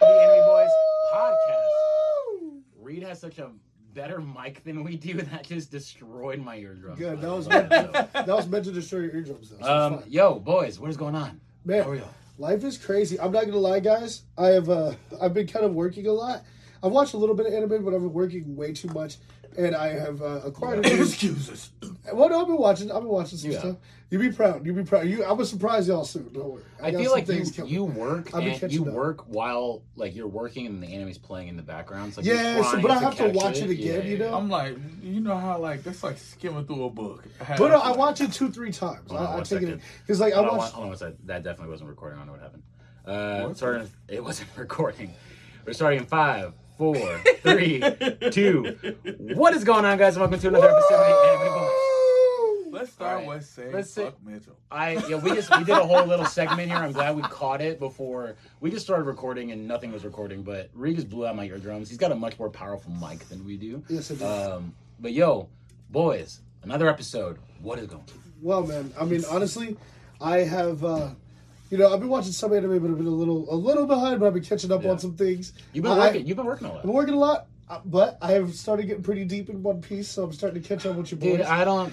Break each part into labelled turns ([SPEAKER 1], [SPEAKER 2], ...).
[SPEAKER 1] the Enemy Boys podcast. Reed has such a better mic than we do. That just destroyed my eardrum.
[SPEAKER 2] Good. That was meant, that was meant to destroy your eardrums, though. So it's
[SPEAKER 1] Um,
[SPEAKER 2] fine.
[SPEAKER 1] yo, boys, what is going on?
[SPEAKER 2] Man,
[SPEAKER 1] How are you?
[SPEAKER 2] life is crazy. I'm not gonna lie, guys. I have uh, I've been kind of working a lot. I've watched a little bit of anime, but I've been working way too much, and I have uh, acquired. a new-
[SPEAKER 1] Excuses.
[SPEAKER 2] well, no, I've been watching. I've been watching some
[SPEAKER 1] Yeah.
[SPEAKER 2] stuff. You be proud. You be proud. You. I was surprised y'all soon. Don't worry.
[SPEAKER 1] I
[SPEAKER 2] got
[SPEAKER 1] feel
[SPEAKER 2] some
[SPEAKER 1] like you,
[SPEAKER 2] things coming.
[SPEAKER 1] you work
[SPEAKER 2] I've been
[SPEAKER 1] and
[SPEAKER 2] catching
[SPEAKER 1] you
[SPEAKER 2] up.
[SPEAKER 1] work while like you're working and the anime's playing in the background. So, like, you're
[SPEAKER 2] Yes,
[SPEAKER 1] trying
[SPEAKER 2] but I have to
[SPEAKER 1] catch
[SPEAKER 2] watch it
[SPEAKER 1] Yeah,
[SPEAKER 2] again.
[SPEAKER 1] yeah,
[SPEAKER 2] you
[SPEAKER 1] yeah.
[SPEAKER 2] know.
[SPEAKER 3] I'm like, you know how like that's like skimming through a book.
[SPEAKER 2] but no, I watch it two, three times.
[SPEAKER 1] Hold on
[SPEAKER 2] I, I
[SPEAKER 1] one
[SPEAKER 2] take it
[SPEAKER 1] second.
[SPEAKER 2] because like I
[SPEAKER 1] Hold on,
[SPEAKER 2] watched.
[SPEAKER 1] hold on one sec. That definitely wasn't recording. I don't know what happened. Uh, starting, it wasn't recording. We're starting in five, four, three, two. What is going on, guys? Welcome to another episode of the Anime Boys.
[SPEAKER 3] Let's start
[SPEAKER 1] Alright.
[SPEAKER 3] with saying
[SPEAKER 1] Let's say-
[SPEAKER 3] fuck Mitchell.
[SPEAKER 1] I yeah, we just we did a whole little segment here. I'm glad we caught it before we just started recording and nothing was recording. But Reed just blew out my eardrums. He's got a much more powerful mic than we do.
[SPEAKER 2] Yes, it does.
[SPEAKER 1] Um, but yo, boys, another episode. What is going? on?
[SPEAKER 2] Well, man, I mean, honestly, I have, uh, you know, I've been watching some anime, but I've been a little, a little behind. But I've been catching up
[SPEAKER 1] Yeah.
[SPEAKER 2] on some things.
[SPEAKER 1] You've been
[SPEAKER 2] I-
[SPEAKER 1] working. You've been working a
[SPEAKER 2] I've been
[SPEAKER 1] lot.
[SPEAKER 2] working a lot, uh, but I have started getting pretty deep in One Piece, so I'm starting to catch up with your boys.
[SPEAKER 1] Dude, I don't.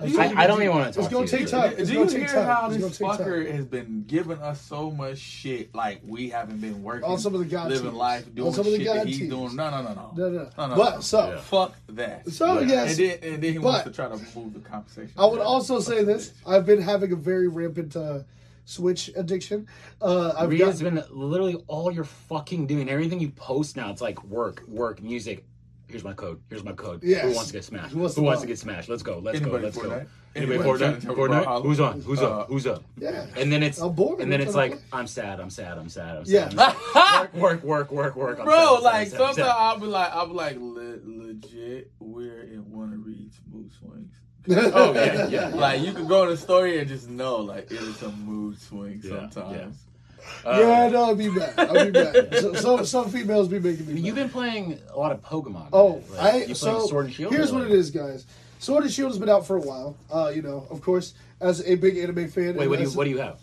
[SPEAKER 2] I'm starting
[SPEAKER 1] I- I
[SPEAKER 2] to
[SPEAKER 1] don't even
[SPEAKER 2] get deep.
[SPEAKER 1] wanna talk
[SPEAKER 2] It's gonna
[SPEAKER 1] to you,
[SPEAKER 2] take
[SPEAKER 1] dude.
[SPEAKER 2] time. It's
[SPEAKER 3] Do you
[SPEAKER 2] gonna take
[SPEAKER 3] hear
[SPEAKER 2] time.
[SPEAKER 3] how
[SPEAKER 2] It's
[SPEAKER 3] this
[SPEAKER 2] gonna take
[SPEAKER 3] fucker
[SPEAKER 2] time.
[SPEAKER 3] has been giving us so much shit? Like we haven't been working,
[SPEAKER 2] On some of the god
[SPEAKER 3] living
[SPEAKER 2] tiers.
[SPEAKER 3] life, doing
[SPEAKER 2] On some of the
[SPEAKER 3] shit
[SPEAKER 2] god
[SPEAKER 3] that he's
[SPEAKER 2] tiers.
[SPEAKER 3] doing. No, no, no, no,
[SPEAKER 2] No, no, no. But so,
[SPEAKER 3] fuck that.
[SPEAKER 2] so yes,
[SPEAKER 3] and then and then he wants
[SPEAKER 2] But-
[SPEAKER 3] to try to move the conversation.
[SPEAKER 2] I would also say this: I've been having a very rampant uh, Switch addiction. Uh, I've
[SPEAKER 1] Rita's
[SPEAKER 2] got,
[SPEAKER 1] been literally all you're fucking doing. Everything you post now, it's like work, work, music. Here's my code. Here's my code. Who
[SPEAKER 2] Yes.
[SPEAKER 1] wants to get smashed?
[SPEAKER 2] Who
[SPEAKER 1] Who
[SPEAKER 2] wants
[SPEAKER 1] wants, to
[SPEAKER 2] to buy?
[SPEAKER 1] get smashed? Let's go. Let's
[SPEAKER 3] Anybody
[SPEAKER 1] go. Let's
[SPEAKER 3] Fortnite?
[SPEAKER 1] go. Anybody
[SPEAKER 3] Anybody Uh,
[SPEAKER 1] Fortnite?
[SPEAKER 3] trying to
[SPEAKER 1] Fortnite?
[SPEAKER 3] borrow-
[SPEAKER 1] Who's on? Who's up? Who's up?
[SPEAKER 2] Yeah.
[SPEAKER 1] And then it's
[SPEAKER 2] I'm bored.
[SPEAKER 1] and then
[SPEAKER 2] I'm
[SPEAKER 1] it's
[SPEAKER 2] trying
[SPEAKER 1] like
[SPEAKER 2] to
[SPEAKER 1] I'm sad. I'm sad. I'm sad. I'm
[SPEAKER 2] Yeah.
[SPEAKER 1] sad. I'm sad. work, work, work, work, work. I'm sad,
[SPEAKER 3] Bro,
[SPEAKER 1] I'm sad,
[SPEAKER 3] like
[SPEAKER 1] I'm sad, I'm
[SPEAKER 3] sometimes
[SPEAKER 1] sad.
[SPEAKER 3] I'll be like, I'll be like, le- legit, we're in one of Reed's mood swings. oh
[SPEAKER 1] yeah, yeah, yeah.
[SPEAKER 3] Like you can go to the story and just know, like it is a mood swing
[SPEAKER 1] Yeah,
[SPEAKER 3] sometimes.
[SPEAKER 1] Uh,
[SPEAKER 2] yeah, no, I'll be mad. I'll be mad. so, some some females be making me. mad.
[SPEAKER 1] You've been playing a lot of Pokemon.
[SPEAKER 2] Oh,
[SPEAKER 1] right?
[SPEAKER 2] I
[SPEAKER 1] you playing
[SPEAKER 2] so
[SPEAKER 1] Sword and Shield.
[SPEAKER 2] here's
[SPEAKER 1] or
[SPEAKER 2] what
[SPEAKER 1] like-
[SPEAKER 2] it is, guys. Sword and Shield has been out for a while. Uh, you know, of course, as a big anime fan.
[SPEAKER 1] Wait, what do you what do you have?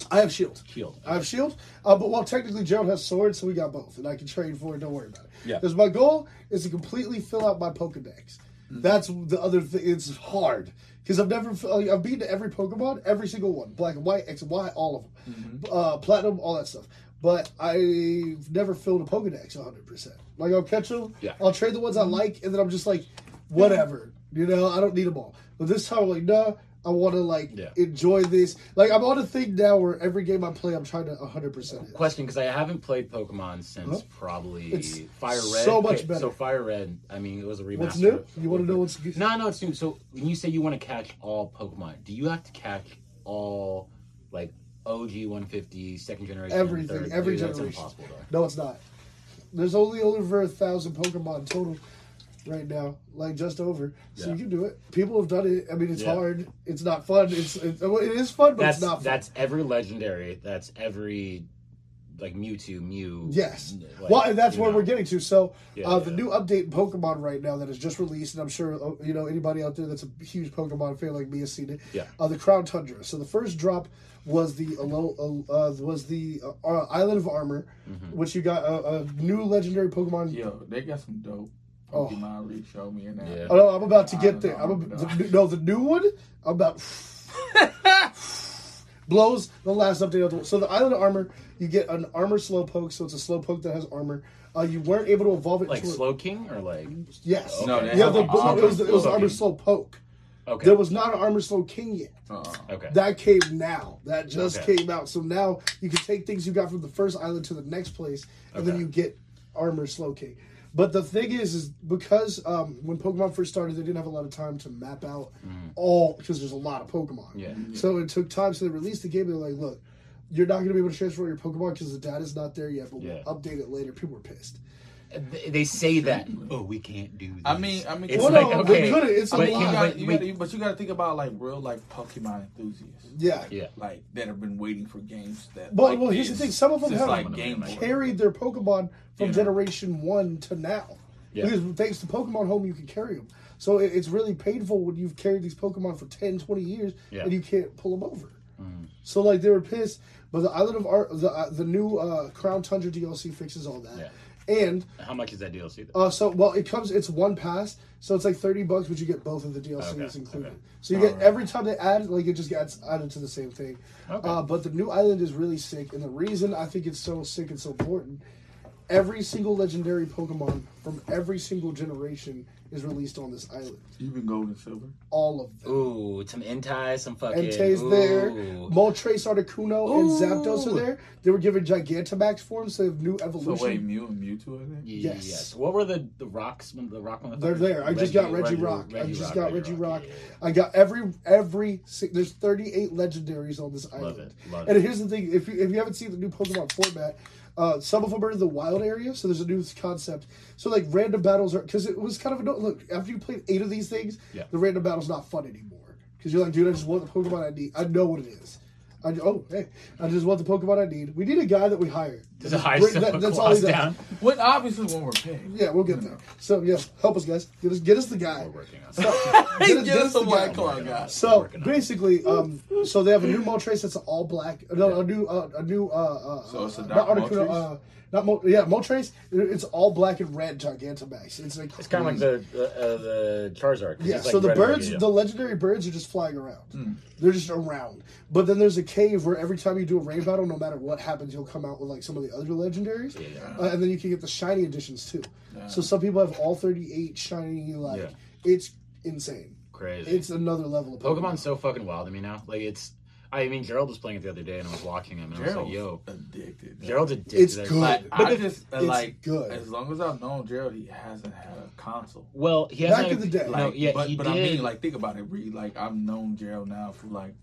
[SPEAKER 2] you? I have Shield.
[SPEAKER 1] Shield.
[SPEAKER 2] I have Shield. Uh, but well, technically, Gerald has Sword, so we got both, and I can trade for it. Don't worry about it.
[SPEAKER 1] Yeah.
[SPEAKER 2] Because my goal is to completely fill out my Pokedex.
[SPEAKER 1] Mm.
[SPEAKER 2] That's the other thing. It's hard because I've never like, I've beaten every Pokemon, every single one, Black and White, X and Y, all of them,
[SPEAKER 1] Mm-hmm.
[SPEAKER 2] uh, Platinum, all that stuff. But I've never filled a Pokedex 100. percent Like I'll catch them,
[SPEAKER 1] Yeah.
[SPEAKER 2] I'll trade the ones I like, and then I'm just like, whatever, you know, I don't need them all. But this time, I'm like, nah, I want to like
[SPEAKER 1] Yeah.
[SPEAKER 2] enjoy this. Like I'm on a thing now where every game I play, I'm trying to 100 percent.
[SPEAKER 1] question because I haven't played Pokemon since probably
[SPEAKER 2] It's
[SPEAKER 1] Fire Red.
[SPEAKER 2] so much
[SPEAKER 1] Okay,
[SPEAKER 2] better.
[SPEAKER 1] So Fire Red, I mean, it was a remaster.
[SPEAKER 2] What's new? You want to know what's
[SPEAKER 1] No, no, it's new. So when you say you want to catch all Pokemon, do you have to catch all like OG 150, second generation,
[SPEAKER 2] Everything,
[SPEAKER 1] third?
[SPEAKER 2] every
[SPEAKER 1] Dude, That's
[SPEAKER 2] generation.
[SPEAKER 1] impossible. Though.
[SPEAKER 2] No, it's not. There's only over a thousand Pokemon total right now, like just over. So
[SPEAKER 1] Yeah.
[SPEAKER 2] you can do it. People have done it. I mean, it's
[SPEAKER 1] Yeah.
[SPEAKER 2] hard. It's not fun. It's it, it is fun, but
[SPEAKER 1] That's
[SPEAKER 2] it's not fun.
[SPEAKER 1] that's every legendary. That's every like Mewtwo, Mew.
[SPEAKER 2] Yes.
[SPEAKER 1] Mm, like,
[SPEAKER 2] well, and that's
[SPEAKER 1] you
[SPEAKER 2] where
[SPEAKER 1] know.
[SPEAKER 2] we're getting to. So,
[SPEAKER 1] Yeah,
[SPEAKER 2] uh, the
[SPEAKER 1] yeah.
[SPEAKER 2] new update in Pokemon right now that is just released, and I'm sure uh, you know anybody out there that's a huge Pokemon fan like me has seen it.
[SPEAKER 1] Yeah.
[SPEAKER 2] Uh, the Crown Tundra. So the first drop was the Alo- uh, was the uh, uh, Island of Armor,
[SPEAKER 1] Mm-hmm.
[SPEAKER 2] which you got a, a new legendary Pokemon.
[SPEAKER 3] Yo, they got some dope
[SPEAKER 2] Oh.
[SPEAKER 3] Pokemon Reed showed me in that.
[SPEAKER 1] Yeah.
[SPEAKER 2] Oh, no, I'm about to
[SPEAKER 3] I
[SPEAKER 2] get
[SPEAKER 3] don't
[SPEAKER 2] there.
[SPEAKER 3] know,
[SPEAKER 2] I'm
[SPEAKER 3] I
[SPEAKER 2] a,
[SPEAKER 3] don't
[SPEAKER 2] the, no, the new one. I'm about blows the last update. Of the, so the island of armor, you get an armor slowpoke. So it's a slowpoke that has armor. Uh, you weren't able to evolve it.
[SPEAKER 1] Like
[SPEAKER 2] to a-
[SPEAKER 1] Slow King or like
[SPEAKER 2] Yes.
[SPEAKER 1] No, they
[SPEAKER 2] yeah,
[SPEAKER 1] have
[SPEAKER 2] the,
[SPEAKER 1] an
[SPEAKER 2] but it was, it was
[SPEAKER 1] Slow
[SPEAKER 2] armor
[SPEAKER 1] King.
[SPEAKER 2] slow poke.
[SPEAKER 1] okay
[SPEAKER 2] There was not an armor slow king yet.
[SPEAKER 1] okay
[SPEAKER 2] That came now. That just
[SPEAKER 1] Okay.
[SPEAKER 2] came out. So now you can take things you got from the first island to the next place, and then
[SPEAKER 1] Okay.
[SPEAKER 2] you get armor slow king. But the thing is, is because um, when Pokemon first started, they didn't have a lot of time to map out all because there's a lot of Pokemon.
[SPEAKER 1] Mm-hmm. Yeah.
[SPEAKER 2] So it took time. So they released the game. and They're like, look, you're not going to be able to transfer all your Pokemon because the data's not there yet. But
[SPEAKER 1] Yeah.
[SPEAKER 2] we'll update it later. People were pissed.
[SPEAKER 1] They- they say that oh we can't do this.
[SPEAKER 3] I mean- I mean-
[SPEAKER 1] it's
[SPEAKER 3] Well,
[SPEAKER 1] like
[SPEAKER 2] no, we
[SPEAKER 1] okay
[SPEAKER 2] couldn't. It's a
[SPEAKER 1] but
[SPEAKER 3] you
[SPEAKER 2] lot.
[SPEAKER 1] can-
[SPEAKER 3] gotta,
[SPEAKER 1] but
[SPEAKER 3] you
[SPEAKER 1] we-
[SPEAKER 3] gotta, but you got to think about like real like Pokemon enthusiasts,
[SPEAKER 2] Yeah.
[SPEAKER 1] yeah
[SPEAKER 3] like that have been waiting for games that.
[SPEAKER 2] But
[SPEAKER 3] like
[SPEAKER 2] well, here's
[SPEAKER 3] this
[SPEAKER 2] the thing: some of them
[SPEAKER 3] since,
[SPEAKER 2] have
[SPEAKER 3] like Game Boy.
[SPEAKER 2] carried their Pokemon from
[SPEAKER 3] Yeah.
[SPEAKER 2] generation one to now.
[SPEAKER 1] Yeah.
[SPEAKER 2] Because thanks to Pokemon Home, you can carry them. So it, it's really painful when you've carried these Pokemon for 10, 20 years
[SPEAKER 1] Yeah.
[SPEAKER 2] and you can't pull them over.
[SPEAKER 3] Mm-hmm.
[SPEAKER 2] So like they were pissed. But the Island of Art, the uh, the new uh, Crown Tundra DLC fixes all that. And
[SPEAKER 1] how much is that DLC though?
[SPEAKER 2] uh, so well, it comes. It's one pass, so it's like thirty bucks, but you get both of the DLCs
[SPEAKER 1] Okay,
[SPEAKER 2] included.
[SPEAKER 1] okay.
[SPEAKER 2] So you get every time they add, like it just gets added to the same thing.
[SPEAKER 1] Okay.
[SPEAKER 2] Uh, but the new island is really sick, and the reason I think it's so sick and so important, every single legendary Pokemon from every single generation is released on this island.
[SPEAKER 3] Even gold and silver.
[SPEAKER 2] All of them.
[SPEAKER 1] Ooh, some Entei, some fucking.
[SPEAKER 2] Entei's
[SPEAKER 1] ooh.
[SPEAKER 2] E there, Moltres, Articuno, and Zapdos are there. They were given Gigantamax forms, so they have new
[SPEAKER 3] So
[SPEAKER 2] evolution.
[SPEAKER 3] wait, Mew and Mewtwo, I think.
[SPEAKER 1] Yes.
[SPEAKER 2] Yes.
[SPEAKER 1] What were the the rocks? when- The rock one.
[SPEAKER 2] They're there. I just got Reggie Rock. I just got Reggie Rock. I got every every. si- There's 38 legendaries on this island.
[SPEAKER 1] it, love
[SPEAKER 2] and
[SPEAKER 1] it.
[SPEAKER 2] here's the thing: if you, if you haven't seen the new Pokemon format, uh, some of them are in the wild area. So there's a new concept. So like random battles are because it was kind of a no- look after you played eight of these things,
[SPEAKER 1] Yeah.
[SPEAKER 2] the random battle's not fun anymore because you're like, dude, I just want the Pokemon I need. I know what it is. I, oh hey, I just want the Pokemon I need. We need a guy that we hire.
[SPEAKER 1] Just a high
[SPEAKER 2] Bring-
[SPEAKER 1] step
[SPEAKER 2] that-
[SPEAKER 1] that's
[SPEAKER 2] that's all he does.
[SPEAKER 1] down.
[SPEAKER 3] When obviously when we're paying.
[SPEAKER 2] Yeah, we'll get there. So yeah, help us guys. Get us get us the guy.
[SPEAKER 1] Working on
[SPEAKER 2] So,
[SPEAKER 3] Hey,
[SPEAKER 2] get us-
[SPEAKER 3] give
[SPEAKER 2] get
[SPEAKER 3] us
[SPEAKER 2] us the
[SPEAKER 3] some
[SPEAKER 2] guy.
[SPEAKER 3] white claw, guys.
[SPEAKER 2] So basically, um, so they have a new Moltres that's all black. No, a new, uh, a new, uh, uh,
[SPEAKER 3] So it's a
[SPEAKER 2] uh,
[SPEAKER 3] dark
[SPEAKER 2] Articuno,
[SPEAKER 3] Moltres?
[SPEAKER 2] uh, not Mo- yeah, Moltres. It's all black and red Gigantamax. It's like
[SPEAKER 1] It's kind of like the the, uh, the Charizard. 'cause
[SPEAKER 2] yeah.
[SPEAKER 1] it's like Hmm.
[SPEAKER 2] so the
[SPEAKER 1] red and
[SPEAKER 2] birds,
[SPEAKER 1] blue.
[SPEAKER 2] the legendary birds, are just flying around. They're just around. But then there's a cave where every time you do a raid battle, no matter what happens, you'll come out with like some of the other legendaries, uh, and then you can get the shiny editions too. So some people have all 38 shiny. Like
[SPEAKER 1] Yeah.
[SPEAKER 2] it's insane.
[SPEAKER 1] crazy.
[SPEAKER 2] It's another level of Pokemon.
[SPEAKER 1] Pokemon's so fucking wild to me now. Like it's. I mean, Gerald was playing it the other day, and I was watching him, and I was like, "Yo,
[SPEAKER 3] Gerald's addicted.
[SPEAKER 1] Gerald's addicted."
[SPEAKER 2] It's
[SPEAKER 1] to that
[SPEAKER 2] good.
[SPEAKER 1] shit.
[SPEAKER 3] Like,
[SPEAKER 2] But
[SPEAKER 3] I
[SPEAKER 2] the-
[SPEAKER 3] just
[SPEAKER 2] it's
[SPEAKER 3] like
[SPEAKER 2] good.
[SPEAKER 3] as long as I've known Gerald, he hasn't had a console.
[SPEAKER 1] Well, he
[SPEAKER 2] Back
[SPEAKER 1] hasn't-
[SPEAKER 2] in the day.
[SPEAKER 1] no,
[SPEAKER 3] Like,
[SPEAKER 1] yeah,
[SPEAKER 3] but,
[SPEAKER 1] he
[SPEAKER 3] but
[SPEAKER 1] did.
[SPEAKER 3] I mean, like, think about it. Reed. Like, I've known Gerald now for like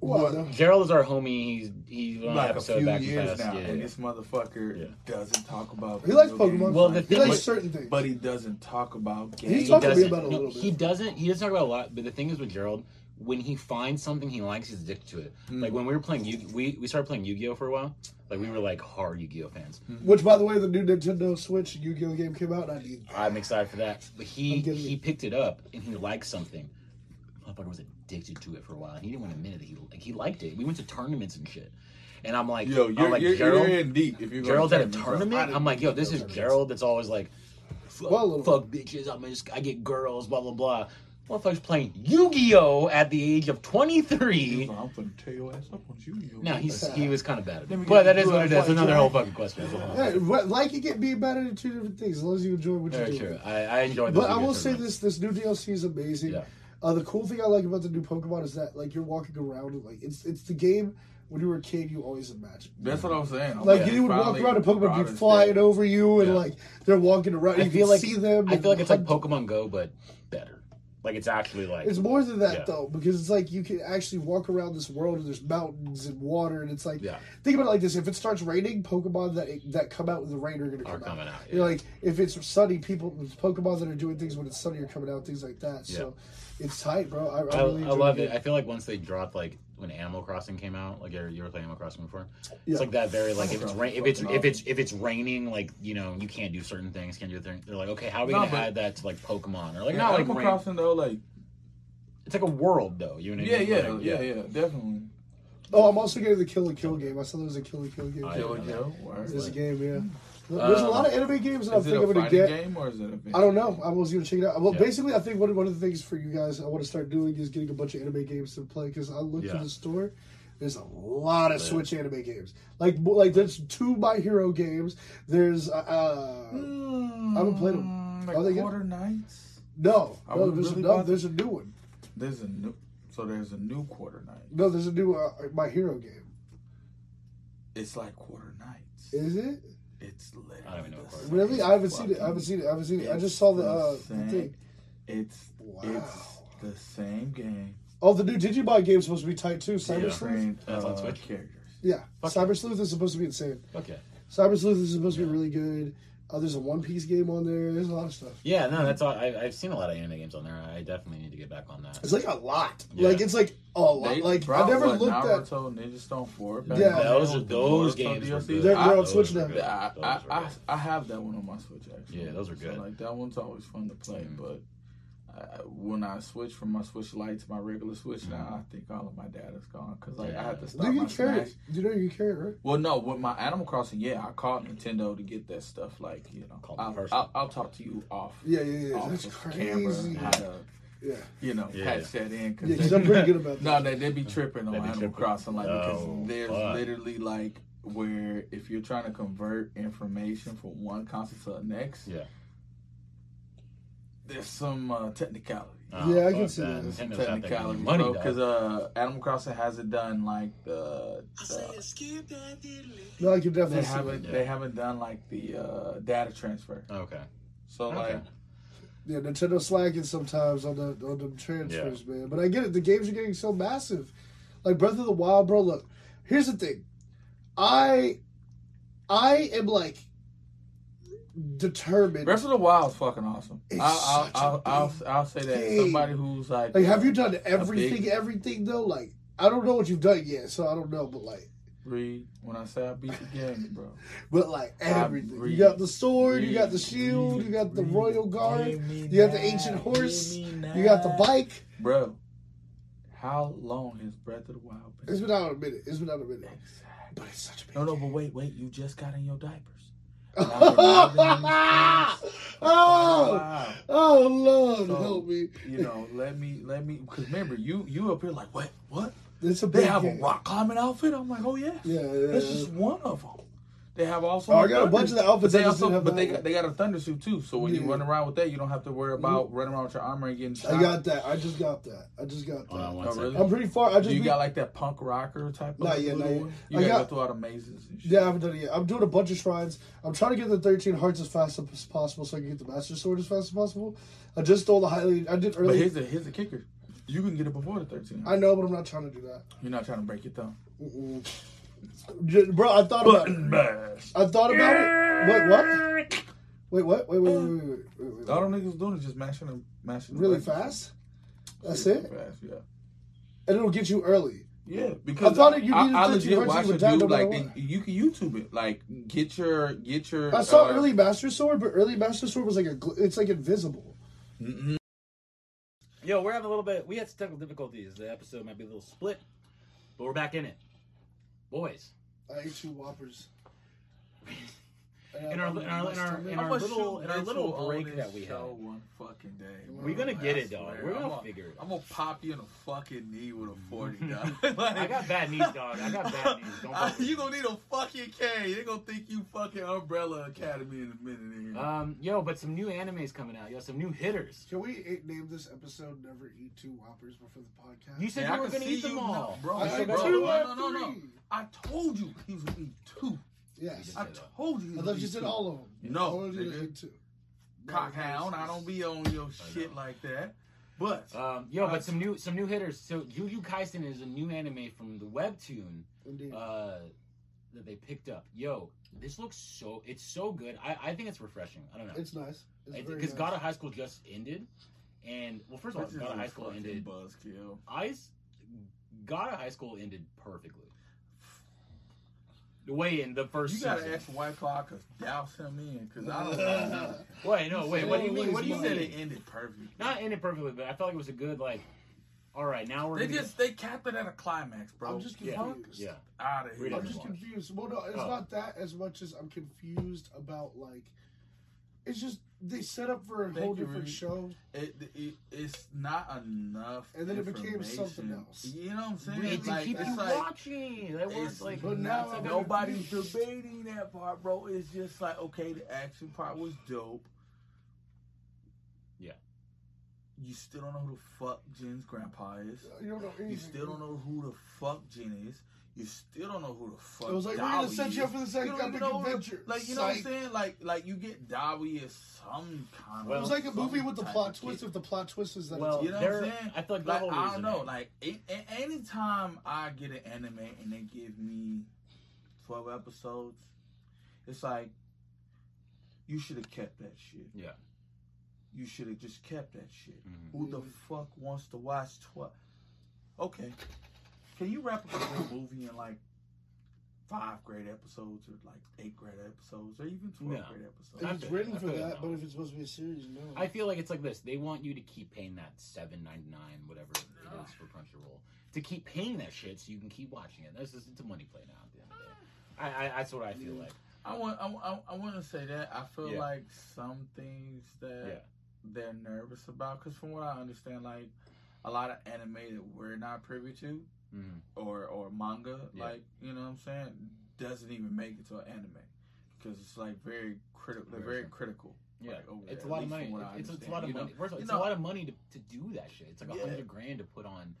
[SPEAKER 2] What?
[SPEAKER 1] Gerald is our homie. He's he's on an
[SPEAKER 3] like a
[SPEAKER 1] episode
[SPEAKER 3] few
[SPEAKER 1] back
[SPEAKER 3] years
[SPEAKER 1] past.
[SPEAKER 3] now,
[SPEAKER 1] Yeah,
[SPEAKER 3] and
[SPEAKER 1] yeah.
[SPEAKER 3] this motherfucker
[SPEAKER 1] Yeah.
[SPEAKER 3] doesn't talk about.
[SPEAKER 2] He likes
[SPEAKER 3] video
[SPEAKER 2] Pokemon.
[SPEAKER 3] games,
[SPEAKER 1] Well,
[SPEAKER 3] like,
[SPEAKER 1] the
[SPEAKER 2] He
[SPEAKER 1] thing-
[SPEAKER 2] likes
[SPEAKER 1] But-
[SPEAKER 2] certain things.
[SPEAKER 3] but he doesn't talk about games.
[SPEAKER 1] he
[SPEAKER 2] talked to me
[SPEAKER 1] doesn't.
[SPEAKER 2] about it a
[SPEAKER 1] no,
[SPEAKER 2] little bit.
[SPEAKER 1] He doesn't. He doesn't talk about a lot. But the thing is with Gerald, when he finds something he likes, he's addicted to it.
[SPEAKER 2] Hmm.
[SPEAKER 1] Like when we were playing, Yu- we we started playing Yu-Gi-Oh for a while. Like we were like hard Yu-Gi-Oh fans.
[SPEAKER 2] Which, by the way, the new Nintendo Switch Yu-Gi-Oh game came out, and I need.
[SPEAKER 1] I'm excited for that. But he
[SPEAKER 2] I'm getting
[SPEAKER 1] he
[SPEAKER 2] it.
[SPEAKER 1] picked it up and he liked something. Motherfucker was addicted to it for a while. And he didn't want to admit it. He like he liked it. We went to tournaments and shit. And I'm like,
[SPEAKER 3] Yo, you're,
[SPEAKER 1] I'm Oh, like
[SPEAKER 3] you're,
[SPEAKER 1] Gerald.
[SPEAKER 3] you're in deep. If you're going
[SPEAKER 1] Gerald's
[SPEAKER 3] to
[SPEAKER 1] at a
[SPEAKER 3] tournament,
[SPEAKER 1] tournament. I'm like, yo, this is Gerald. That's always like, fuck,
[SPEAKER 2] Well, a little
[SPEAKER 1] fuck bitches. I'm just, I get girls. Blah bro. blah blah. Motherfucker's playing Yu-Gi-Oh at the age of 23.
[SPEAKER 3] So I'm gonna tear your ass up on you. yo.
[SPEAKER 1] No, he's he was kind of bad at
[SPEAKER 3] Let me
[SPEAKER 1] it. But
[SPEAKER 3] get
[SPEAKER 1] that is
[SPEAKER 3] you
[SPEAKER 1] what
[SPEAKER 3] a
[SPEAKER 1] it is.
[SPEAKER 3] white
[SPEAKER 1] Another
[SPEAKER 3] guy.
[SPEAKER 1] whole fucking question. That's a whole-
[SPEAKER 2] Hey, what- liking it, being bad at it, two different things. As long as you enjoy what you're
[SPEAKER 1] Very
[SPEAKER 2] doing.
[SPEAKER 1] true. I, I enjoyed. those
[SPEAKER 2] But I
[SPEAKER 1] Yu-Gi-Oh
[SPEAKER 2] will say
[SPEAKER 1] tournaments.
[SPEAKER 2] this: this new DLC is amazing.
[SPEAKER 1] Yeah.
[SPEAKER 2] Uh, the cool thing I like about the new Pokemon is that, like, you're walking around, and, like, it's it's the game when you were a kid you always imagined.
[SPEAKER 3] That's what I'm saying. I'm
[SPEAKER 2] Like
[SPEAKER 3] like,
[SPEAKER 2] you would walk
[SPEAKER 3] probably
[SPEAKER 2] around and Pokemon would
[SPEAKER 3] proud
[SPEAKER 2] be
[SPEAKER 3] as
[SPEAKER 2] flying
[SPEAKER 3] shit.
[SPEAKER 2] over you, and
[SPEAKER 1] Yeah.
[SPEAKER 2] like they're walking around.
[SPEAKER 1] I
[SPEAKER 2] you
[SPEAKER 1] feel
[SPEAKER 2] can
[SPEAKER 1] like
[SPEAKER 2] see them.
[SPEAKER 1] I
[SPEAKER 2] and
[SPEAKER 1] feel like it's like
[SPEAKER 2] hunt
[SPEAKER 1] Pokemon Go, but better. Like it's actually like
[SPEAKER 2] It's more than that
[SPEAKER 1] Yeah.
[SPEAKER 2] though, because it's like you can actually walk around this world and there's mountains and water, and it's like
[SPEAKER 1] Yeah.
[SPEAKER 2] think about it like this: if it starts raining, Pokemon that that come out in the rain are going to
[SPEAKER 1] Are
[SPEAKER 2] come
[SPEAKER 1] coming
[SPEAKER 2] out.
[SPEAKER 1] out,
[SPEAKER 2] You're like if it's sunny, people Pokemon that are doing things when it's sunny are coming out, things like that. So it's tight, bro.
[SPEAKER 1] I,
[SPEAKER 2] I, I,
[SPEAKER 1] I
[SPEAKER 2] really enjoy
[SPEAKER 1] love
[SPEAKER 2] the
[SPEAKER 1] it.
[SPEAKER 2] game.
[SPEAKER 1] I feel like once they dropped like when Animal Crossing came out, like you ever- you ever played Animal Crossing before?
[SPEAKER 2] Yeah.
[SPEAKER 1] It's like that very like if it's rain, if
[SPEAKER 3] Animal
[SPEAKER 1] it's
[SPEAKER 3] Crossing
[SPEAKER 1] if it's if it's raining, like you know you can't do certain things, can't do the thing. They're like, okay, how are we
[SPEAKER 3] No,
[SPEAKER 1] gonna
[SPEAKER 3] but-
[SPEAKER 1] add that to like Pokemon or like
[SPEAKER 3] Yeah,
[SPEAKER 1] not like
[SPEAKER 3] Animal
[SPEAKER 1] rain?
[SPEAKER 3] Crossing though, like
[SPEAKER 1] It's like a world though, you know? what I
[SPEAKER 3] yeah,
[SPEAKER 1] mean?
[SPEAKER 3] yeah,
[SPEAKER 1] Like,
[SPEAKER 3] yeah, yeah, definitely.
[SPEAKER 2] Oh, I'm also getting the Kill and Kill game. I saw there was a Kill and Kill game.
[SPEAKER 1] I- Um,
[SPEAKER 3] Kill
[SPEAKER 1] know that.
[SPEAKER 3] Joe.
[SPEAKER 2] There's
[SPEAKER 3] Is
[SPEAKER 2] a game, yeah. There's a lot of anime games that I'm
[SPEAKER 3] it
[SPEAKER 2] thinking
[SPEAKER 3] a
[SPEAKER 2] I'm gonna
[SPEAKER 3] fighting
[SPEAKER 2] get.
[SPEAKER 3] game or is it a? Video?
[SPEAKER 2] I don't know. I was gonna check it out. Well,
[SPEAKER 1] Yeah.
[SPEAKER 2] basically, I think one, one of the things for you guys I want to start doing is getting a bunch of anime games to play because I looked
[SPEAKER 1] Yeah.
[SPEAKER 2] in the store. There's a lot of Switch anime games. Like like there's two My Hero games. There's uh, uh
[SPEAKER 3] I
[SPEAKER 2] haven't played 'em.
[SPEAKER 3] Like
[SPEAKER 2] Are they good?
[SPEAKER 3] quarter nights.
[SPEAKER 2] no,
[SPEAKER 3] Are
[SPEAKER 2] no
[SPEAKER 3] we
[SPEAKER 2] there's,
[SPEAKER 3] really
[SPEAKER 2] a, no,
[SPEAKER 3] bothered?
[SPEAKER 2] there's a new one.
[SPEAKER 3] There's a new. So there's a new quarter night.
[SPEAKER 2] No, there's a new uh, My Hero game.
[SPEAKER 3] It's like quarter nights.
[SPEAKER 2] Is it
[SPEAKER 3] It's literally.
[SPEAKER 1] I don't even know
[SPEAKER 3] the
[SPEAKER 1] what
[SPEAKER 3] same
[SPEAKER 2] really? I haven't seen it. I
[SPEAKER 3] fucking-
[SPEAKER 2] haven't seen it. I haven't seen it. I
[SPEAKER 3] it's
[SPEAKER 2] just saw the,
[SPEAKER 3] the
[SPEAKER 2] uh, the
[SPEAKER 3] same.
[SPEAKER 2] thing.
[SPEAKER 3] It's
[SPEAKER 2] Wow.
[SPEAKER 3] it's the same game.
[SPEAKER 2] Oh, the new Digimon game's supposed to be tight too. Cyber
[SPEAKER 1] Yeah.
[SPEAKER 2] Sleuth.
[SPEAKER 3] Same
[SPEAKER 1] That's on
[SPEAKER 3] uh,
[SPEAKER 1] Switch?
[SPEAKER 3] characters.
[SPEAKER 2] Yeah,
[SPEAKER 1] Fuck
[SPEAKER 2] Cyber Sleuth is supposed to be insane.
[SPEAKER 1] Okay.
[SPEAKER 2] Cyber Sleuth is supposed to be really good. Uh, there's a One Piece game on there. There's a lot of stuff.
[SPEAKER 1] Yeah, no, that's all. I, I've seen a lot of anime games on there. I definitely need to get back on that.
[SPEAKER 2] It's like a lot.
[SPEAKER 1] Yeah.
[SPEAKER 2] Like it's like a lot.
[SPEAKER 3] They
[SPEAKER 2] like I
[SPEAKER 3] brought,
[SPEAKER 2] never
[SPEAKER 3] what,
[SPEAKER 2] looked at.
[SPEAKER 3] Naruto, Ninja Storm Four. back
[SPEAKER 2] Yeah.
[SPEAKER 3] in the day
[SPEAKER 1] Those,
[SPEAKER 3] with the
[SPEAKER 1] those
[SPEAKER 3] Naruto
[SPEAKER 1] games were
[SPEAKER 3] DLC.
[SPEAKER 1] good.
[SPEAKER 2] They're- they're
[SPEAKER 3] I-
[SPEAKER 2] on Switch now.
[SPEAKER 1] Those were good.
[SPEAKER 3] I,
[SPEAKER 1] Those
[SPEAKER 3] I,
[SPEAKER 1] were
[SPEAKER 3] I,
[SPEAKER 1] good.
[SPEAKER 3] I have that one on my Switch actually.
[SPEAKER 1] Yeah, those are good. Mm-hmm.
[SPEAKER 3] So, like that one's always fun to play, but I, when I switch from my Switch Lite to my regular Switch
[SPEAKER 1] Mm-hmm.
[SPEAKER 3] now, I think all of my data's gone because like I had to stop
[SPEAKER 2] Do you
[SPEAKER 3] my
[SPEAKER 2] get carry?
[SPEAKER 3] Smash.
[SPEAKER 2] it? Do you know you can carry it, right?
[SPEAKER 3] Well, no, with my Animal Crossing, yeah, I called Nintendo to get that stuff. Like you know,
[SPEAKER 1] Call them
[SPEAKER 3] I'll,
[SPEAKER 1] personal.
[SPEAKER 3] I'll, I'll talk to you off.
[SPEAKER 2] Yeah, yeah, yeah.
[SPEAKER 3] off
[SPEAKER 2] That's
[SPEAKER 3] of Oh, camera,
[SPEAKER 2] crazy.
[SPEAKER 3] how to
[SPEAKER 2] Yeah,
[SPEAKER 3] you know
[SPEAKER 1] Yeah.
[SPEAKER 3] patch that in
[SPEAKER 2] yeah.
[SPEAKER 3] because
[SPEAKER 2] Because I'm pretty good about that.
[SPEAKER 3] no, they they be tripping on
[SPEAKER 1] They be
[SPEAKER 3] Animal
[SPEAKER 1] tripping.
[SPEAKER 3] Crossing, like
[SPEAKER 1] Oh,
[SPEAKER 3] because there's
[SPEAKER 1] fuck.
[SPEAKER 3] literally like where if you're trying to convert information from one console to the next,
[SPEAKER 1] Yeah.
[SPEAKER 3] there's some uh, technicality.
[SPEAKER 2] Yeah, I can
[SPEAKER 1] Oh, fuck
[SPEAKER 2] see that.
[SPEAKER 1] Nintendo's
[SPEAKER 2] It's
[SPEAKER 1] got that
[SPEAKER 3] Technicality,
[SPEAKER 1] good money
[SPEAKER 3] bro, because
[SPEAKER 1] though.
[SPEAKER 3] uh, Animal Crossing has it done like the, the
[SPEAKER 2] No, I can
[SPEAKER 3] they
[SPEAKER 2] definitely see that.
[SPEAKER 3] haven't they haven't done like the uh, data transfer.
[SPEAKER 1] Okay.
[SPEAKER 3] So
[SPEAKER 1] Okay.
[SPEAKER 3] like
[SPEAKER 2] Yeah, Nintendo slacking sometimes on the on them transfers, man. But I get it. The games are getting so massive. Like Breath of the Wild, bro. Look, here's the thing. I, I am like determined.
[SPEAKER 3] Breath of the Wild is fucking awesome.
[SPEAKER 2] It's
[SPEAKER 3] I'll,
[SPEAKER 2] such a
[SPEAKER 3] I'll, I'll, I'll,
[SPEAKER 2] big
[SPEAKER 3] I'll say that
[SPEAKER 2] game.
[SPEAKER 3] somebody who's like
[SPEAKER 2] like, have you done everything?
[SPEAKER 3] big-
[SPEAKER 2] Everything though. Like, I don't know what you've done yet, so I don't know. But like,
[SPEAKER 3] Reed, when I say I beat the game, bro.
[SPEAKER 2] but like everything.
[SPEAKER 3] breathe,
[SPEAKER 2] you got the sword. you
[SPEAKER 3] breathe,
[SPEAKER 2] got the shield.
[SPEAKER 3] breathe,
[SPEAKER 2] you got the
[SPEAKER 3] breathe.
[SPEAKER 2] royal guard.
[SPEAKER 3] Give me
[SPEAKER 2] You got the
[SPEAKER 3] that,
[SPEAKER 2] ancient
[SPEAKER 3] give
[SPEAKER 2] horse.
[SPEAKER 3] me
[SPEAKER 2] You got the
[SPEAKER 3] that.
[SPEAKER 2] bike.
[SPEAKER 3] Bro, how long has Breath of the Wild been?
[SPEAKER 2] It's been out a minute. It's been out a minute.
[SPEAKER 3] Exactly.
[SPEAKER 2] But it's such a big.
[SPEAKER 3] No, no, but wait, wait. You just got in your diapers.
[SPEAKER 2] oh,
[SPEAKER 3] Wow.
[SPEAKER 2] oh Lord,
[SPEAKER 3] So,
[SPEAKER 2] help me!
[SPEAKER 3] You know, let me, let me, because remember, you, you up here like, what, what?
[SPEAKER 2] It's a big
[SPEAKER 3] They have a
[SPEAKER 2] game.
[SPEAKER 3] rock climbing outfit. I'm like, oh yeah,
[SPEAKER 2] Yeah, yeah,
[SPEAKER 3] That's
[SPEAKER 2] yeah.
[SPEAKER 3] just one of them. They have also.
[SPEAKER 2] Oh, I got a bunch of the outfits, I
[SPEAKER 3] They
[SPEAKER 2] just
[SPEAKER 3] also,
[SPEAKER 2] didn't have
[SPEAKER 3] but
[SPEAKER 2] that
[SPEAKER 3] they
[SPEAKER 2] one.
[SPEAKER 3] got, they got a thunder suit too. So when
[SPEAKER 2] Yeah. Mm-hmm.
[SPEAKER 3] you run around with that, you don't have to worry about running around with your armor and getting shot.
[SPEAKER 2] I got that. I just got that. I just got that.
[SPEAKER 1] Hold on one
[SPEAKER 3] Oh,
[SPEAKER 1] second.
[SPEAKER 3] really?
[SPEAKER 2] I'm pretty far. I
[SPEAKER 3] Do
[SPEAKER 2] just
[SPEAKER 3] you
[SPEAKER 2] beat-
[SPEAKER 3] got like that punk rocker type of
[SPEAKER 2] Not yet, not
[SPEAKER 3] little
[SPEAKER 2] yet.
[SPEAKER 3] one? You
[SPEAKER 2] I
[SPEAKER 3] gotta
[SPEAKER 2] got-
[SPEAKER 3] go through all the mazes and shit.
[SPEAKER 2] Yeah, I haven't done it yet. I'm doing a bunch of shrines. I'm trying to get the 13 hearts as fast as possible so I can get the master sword as fast as possible. I just stole the highly. I did
[SPEAKER 3] But
[SPEAKER 2] early.
[SPEAKER 3] here's the here's the kicker. You can get it before the 13.
[SPEAKER 2] I know, but I'm not trying to do that.
[SPEAKER 3] You're not trying to break your thumb.
[SPEAKER 2] Mm-mm. J- Bro, I thought about it.
[SPEAKER 3] Bash.
[SPEAKER 2] I thought about it. Wait, what? Wait, what? Wait, wait, wait, wait, wait, wait, wait, wait.
[SPEAKER 3] All them niggas doing is just mashing and mashing. the
[SPEAKER 2] Really
[SPEAKER 3] buttons.
[SPEAKER 2] fast? That's
[SPEAKER 3] Really
[SPEAKER 2] it?
[SPEAKER 3] Fast, yeah.
[SPEAKER 2] And it'll get you early.
[SPEAKER 3] Yeah, because
[SPEAKER 2] I thought that you
[SPEAKER 3] I,
[SPEAKER 2] needed
[SPEAKER 3] I
[SPEAKER 2] 13
[SPEAKER 3] legit
[SPEAKER 2] hertz
[SPEAKER 3] watch
[SPEAKER 2] to
[SPEAKER 3] a
[SPEAKER 2] die no
[SPEAKER 3] dude
[SPEAKER 2] matter
[SPEAKER 3] like
[SPEAKER 2] what.
[SPEAKER 3] that- you can YouTube it. Like get your get your.
[SPEAKER 2] I saw
[SPEAKER 3] uh,
[SPEAKER 2] early Master Sword, but early Master Sword was like a. Gl- it's like invisible.
[SPEAKER 1] Yo, we're having a little bit. We had some technical difficulties. The episode might be a little split, but we're back in it, boys.
[SPEAKER 2] I ate two whoppers.
[SPEAKER 1] In our in our in our, in
[SPEAKER 3] I'ma
[SPEAKER 1] our little
[SPEAKER 3] shoot
[SPEAKER 1] in our
[SPEAKER 3] Mitchell
[SPEAKER 1] little
[SPEAKER 3] on
[SPEAKER 1] break
[SPEAKER 3] this
[SPEAKER 1] that we
[SPEAKER 3] show
[SPEAKER 1] had.
[SPEAKER 3] One fucking day.
[SPEAKER 1] We're gonna get it, dog. We're gonna figure it out.
[SPEAKER 3] I'm gonna pop you in the fucking knee with a forty, dog. Like-
[SPEAKER 1] I got bad knees, dog. I got bad knees. Don't fuck with
[SPEAKER 3] Uh, you
[SPEAKER 1] me.
[SPEAKER 3] gonna need a fucking cane. They're gonna think you fucking Umbrella Academy in a minute. nigga.
[SPEAKER 1] Um, yo, but some new animes coming out. Yo, some new hitters.
[SPEAKER 2] Can we eh, name this episode "Never Eat Two Whoppers Before the Podcast"?
[SPEAKER 1] You said
[SPEAKER 3] Yeah, I
[SPEAKER 1] you were
[SPEAKER 3] can
[SPEAKER 1] gonna
[SPEAKER 3] see
[SPEAKER 1] eat them
[SPEAKER 3] you
[SPEAKER 1] all,
[SPEAKER 3] now, bro.
[SPEAKER 1] You
[SPEAKER 2] I
[SPEAKER 1] still
[SPEAKER 2] said
[SPEAKER 3] Hey,
[SPEAKER 1] got
[SPEAKER 3] bro,
[SPEAKER 2] two
[SPEAKER 1] two
[SPEAKER 3] no,
[SPEAKER 1] left.
[SPEAKER 3] no, no, no.
[SPEAKER 2] three.
[SPEAKER 3] I told you he was eating two.
[SPEAKER 2] yes.
[SPEAKER 3] I
[SPEAKER 2] I,
[SPEAKER 1] uh,
[SPEAKER 3] told you. he was
[SPEAKER 2] thought you
[SPEAKER 3] eating
[SPEAKER 2] said
[SPEAKER 3] two.
[SPEAKER 2] all of them.
[SPEAKER 3] No,
[SPEAKER 2] I wanted you to
[SPEAKER 3] nigga.
[SPEAKER 2] eat two.
[SPEAKER 3] Cockhound, I don't be on your shit like that. But
[SPEAKER 1] Um, yo, but some new some new hitters. So Yu Yu Kaisen is a new anime from the webtoon
[SPEAKER 2] Indeed.
[SPEAKER 1] uh, that they picked up. Yo, this looks so it's so good. I, I think it's refreshing. I don't know.
[SPEAKER 2] it's nice. It's very
[SPEAKER 1] because
[SPEAKER 2] nice.
[SPEAKER 1] God of High School just ended, and well, first of all,
[SPEAKER 3] This is
[SPEAKER 1] God
[SPEAKER 3] a
[SPEAKER 1] of High School
[SPEAKER 3] fucking
[SPEAKER 1] ended.
[SPEAKER 3] Buzzkill.
[SPEAKER 1] Ice, God of High School ended perfectly. The way in the first
[SPEAKER 3] You gotta
[SPEAKER 1] season.
[SPEAKER 3] ask White Claw cause douse him in, cause I don't know.
[SPEAKER 1] Wait, no, wait.
[SPEAKER 2] said
[SPEAKER 1] What do you
[SPEAKER 2] always
[SPEAKER 1] mean? What do you
[SPEAKER 3] You said it
[SPEAKER 1] mean?
[SPEAKER 3] ended perfect.
[SPEAKER 1] Not ended perfectly, but I felt like it was a good like. All right, now we're
[SPEAKER 3] They
[SPEAKER 1] gonna-
[SPEAKER 3] just they capped it at a climax, bro.
[SPEAKER 2] I'm just
[SPEAKER 1] yeah,
[SPEAKER 2] confused.
[SPEAKER 1] yeah.
[SPEAKER 3] out of here.
[SPEAKER 1] Read it.
[SPEAKER 3] Oh.
[SPEAKER 2] I'm just confused. Well, no, it's
[SPEAKER 1] Oh.
[SPEAKER 2] not that as much as I'm confused about like It's just they set up for a
[SPEAKER 3] Thank
[SPEAKER 2] whole
[SPEAKER 3] you,
[SPEAKER 2] different
[SPEAKER 3] Rudy.
[SPEAKER 2] show.
[SPEAKER 3] It, it it's not enough.
[SPEAKER 2] And then it became something
[SPEAKER 3] information.
[SPEAKER 2] else.
[SPEAKER 3] You know what I'm saying?
[SPEAKER 1] They had to
[SPEAKER 3] Like,
[SPEAKER 1] keep
[SPEAKER 3] it's
[SPEAKER 1] you
[SPEAKER 3] like-
[SPEAKER 1] watching. That was
[SPEAKER 3] It's
[SPEAKER 1] like,
[SPEAKER 2] But now-
[SPEAKER 1] not-
[SPEAKER 3] nobody's debating that part, bro. It's just like okay, the action part was dope.
[SPEAKER 1] Yeah.
[SPEAKER 3] You still don't know who the fuck Jen's grandpa is.
[SPEAKER 2] You don't know anything.
[SPEAKER 3] You still don't know who the fuck Jen is. You still don't know who the fuck.
[SPEAKER 2] It was like, we're gonna
[SPEAKER 3] Dolly
[SPEAKER 2] set you up
[SPEAKER 3] is.
[SPEAKER 2] for this
[SPEAKER 3] You don't even
[SPEAKER 2] epic
[SPEAKER 3] know who the-
[SPEAKER 2] adventure.
[SPEAKER 3] Like you know what I'm
[SPEAKER 2] Psych.
[SPEAKER 3] saying? Like like you get Dowie as some kind of.
[SPEAKER 2] It was like a
[SPEAKER 3] some
[SPEAKER 2] movie with the
[SPEAKER 3] type
[SPEAKER 2] plot
[SPEAKER 3] of
[SPEAKER 2] twist.
[SPEAKER 3] kid.
[SPEAKER 2] If the plot twist is that it's
[SPEAKER 1] Well,
[SPEAKER 3] You know what I'm
[SPEAKER 1] There-
[SPEAKER 3] saying?
[SPEAKER 1] I feel like the whole
[SPEAKER 3] I
[SPEAKER 1] reason
[SPEAKER 3] don't know.
[SPEAKER 1] it-
[SPEAKER 3] Like a- a- anytime I get an anime and they give me twelve episodes, it's like you should have kept that shit.
[SPEAKER 1] Yeah.
[SPEAKER 3] You should have just kept that shit.
[SPEAKER 1] Mhm.
[SPEAKER 3] Who the fuck wants to watch twelve? Okay, can you wrap up a whole movie in like? Five grade episodes, or like eight grade episodes, or even twelve
[SPEAKER 1] No.
[SPEAKER 3] grade episodes.
[SPEAKER 1] I
[SPEAKER 2] It's
[SPEAKER 1] feel-
[SPEAKER 2] written
[SPEAKER 1] I
[SPEAKER 2] for
[SPEAKER 1] feel
[SPEAKER 2] that,
[SPEAKER 1] that.
[SPEAKER 2] but if it's supposed to be a series, no.
[SPEAKER 1] I feel like it's like this. They want you to keep paying that seven ninety nine, whatever it is for Crunchyroll, to keep paying that shit so you can keep watching it. That's just it's a money play now. At the end of the day, I, I that's what I feel
[SPEAKER 3] Mm.
[SPEAKER 1] like.
[SPEAKER 3] I want I, I, I want to say that I feel
[SPEAKER 1] Yeah.
[SPEAKER 3] like some things that
[SPEAKER 1] Yeah.
[SPEAKER 3] they're nervous about because from what I understand, like a lot of anime that we're not privy to
[SPEAKER 1] Mhm.
[SPEAKER 3] or or manga,
[SPEAKER 1] Yeah.
[SPEAKER 3] like you know what I'm saying, doesn't even make it to an anime because it's like very critical. They're
[SPEAKER 1] Very
[SPEAKER 3] very
[SPEAKER 1] true.
[SPEAKER 3] critical.
[SPEAKER 1] Yeah,
[SPEAKER 3] like, over
[SPEAKER 1] it's a
[SPEAKER 3] there,
[SPEAKER 1] lot of
[SPEAKER 3] at least
[SPEAKER 1] money.
[SPEAKER 3] from what I
[SPEAKER 1] It's, it's a lot of
[SPEAKER 3] understand, you know?
[SPEAKER 1] money. First of all,
[SPEAKER 3] You
[SPEAKER 1] it's a
[SPEAKER 3] know,
[SPEAKER 1] lot of money to, to do that shit. It's like a
[SPEAKER 3] Yeah.
[SPEAKER 1] hundred grand to put on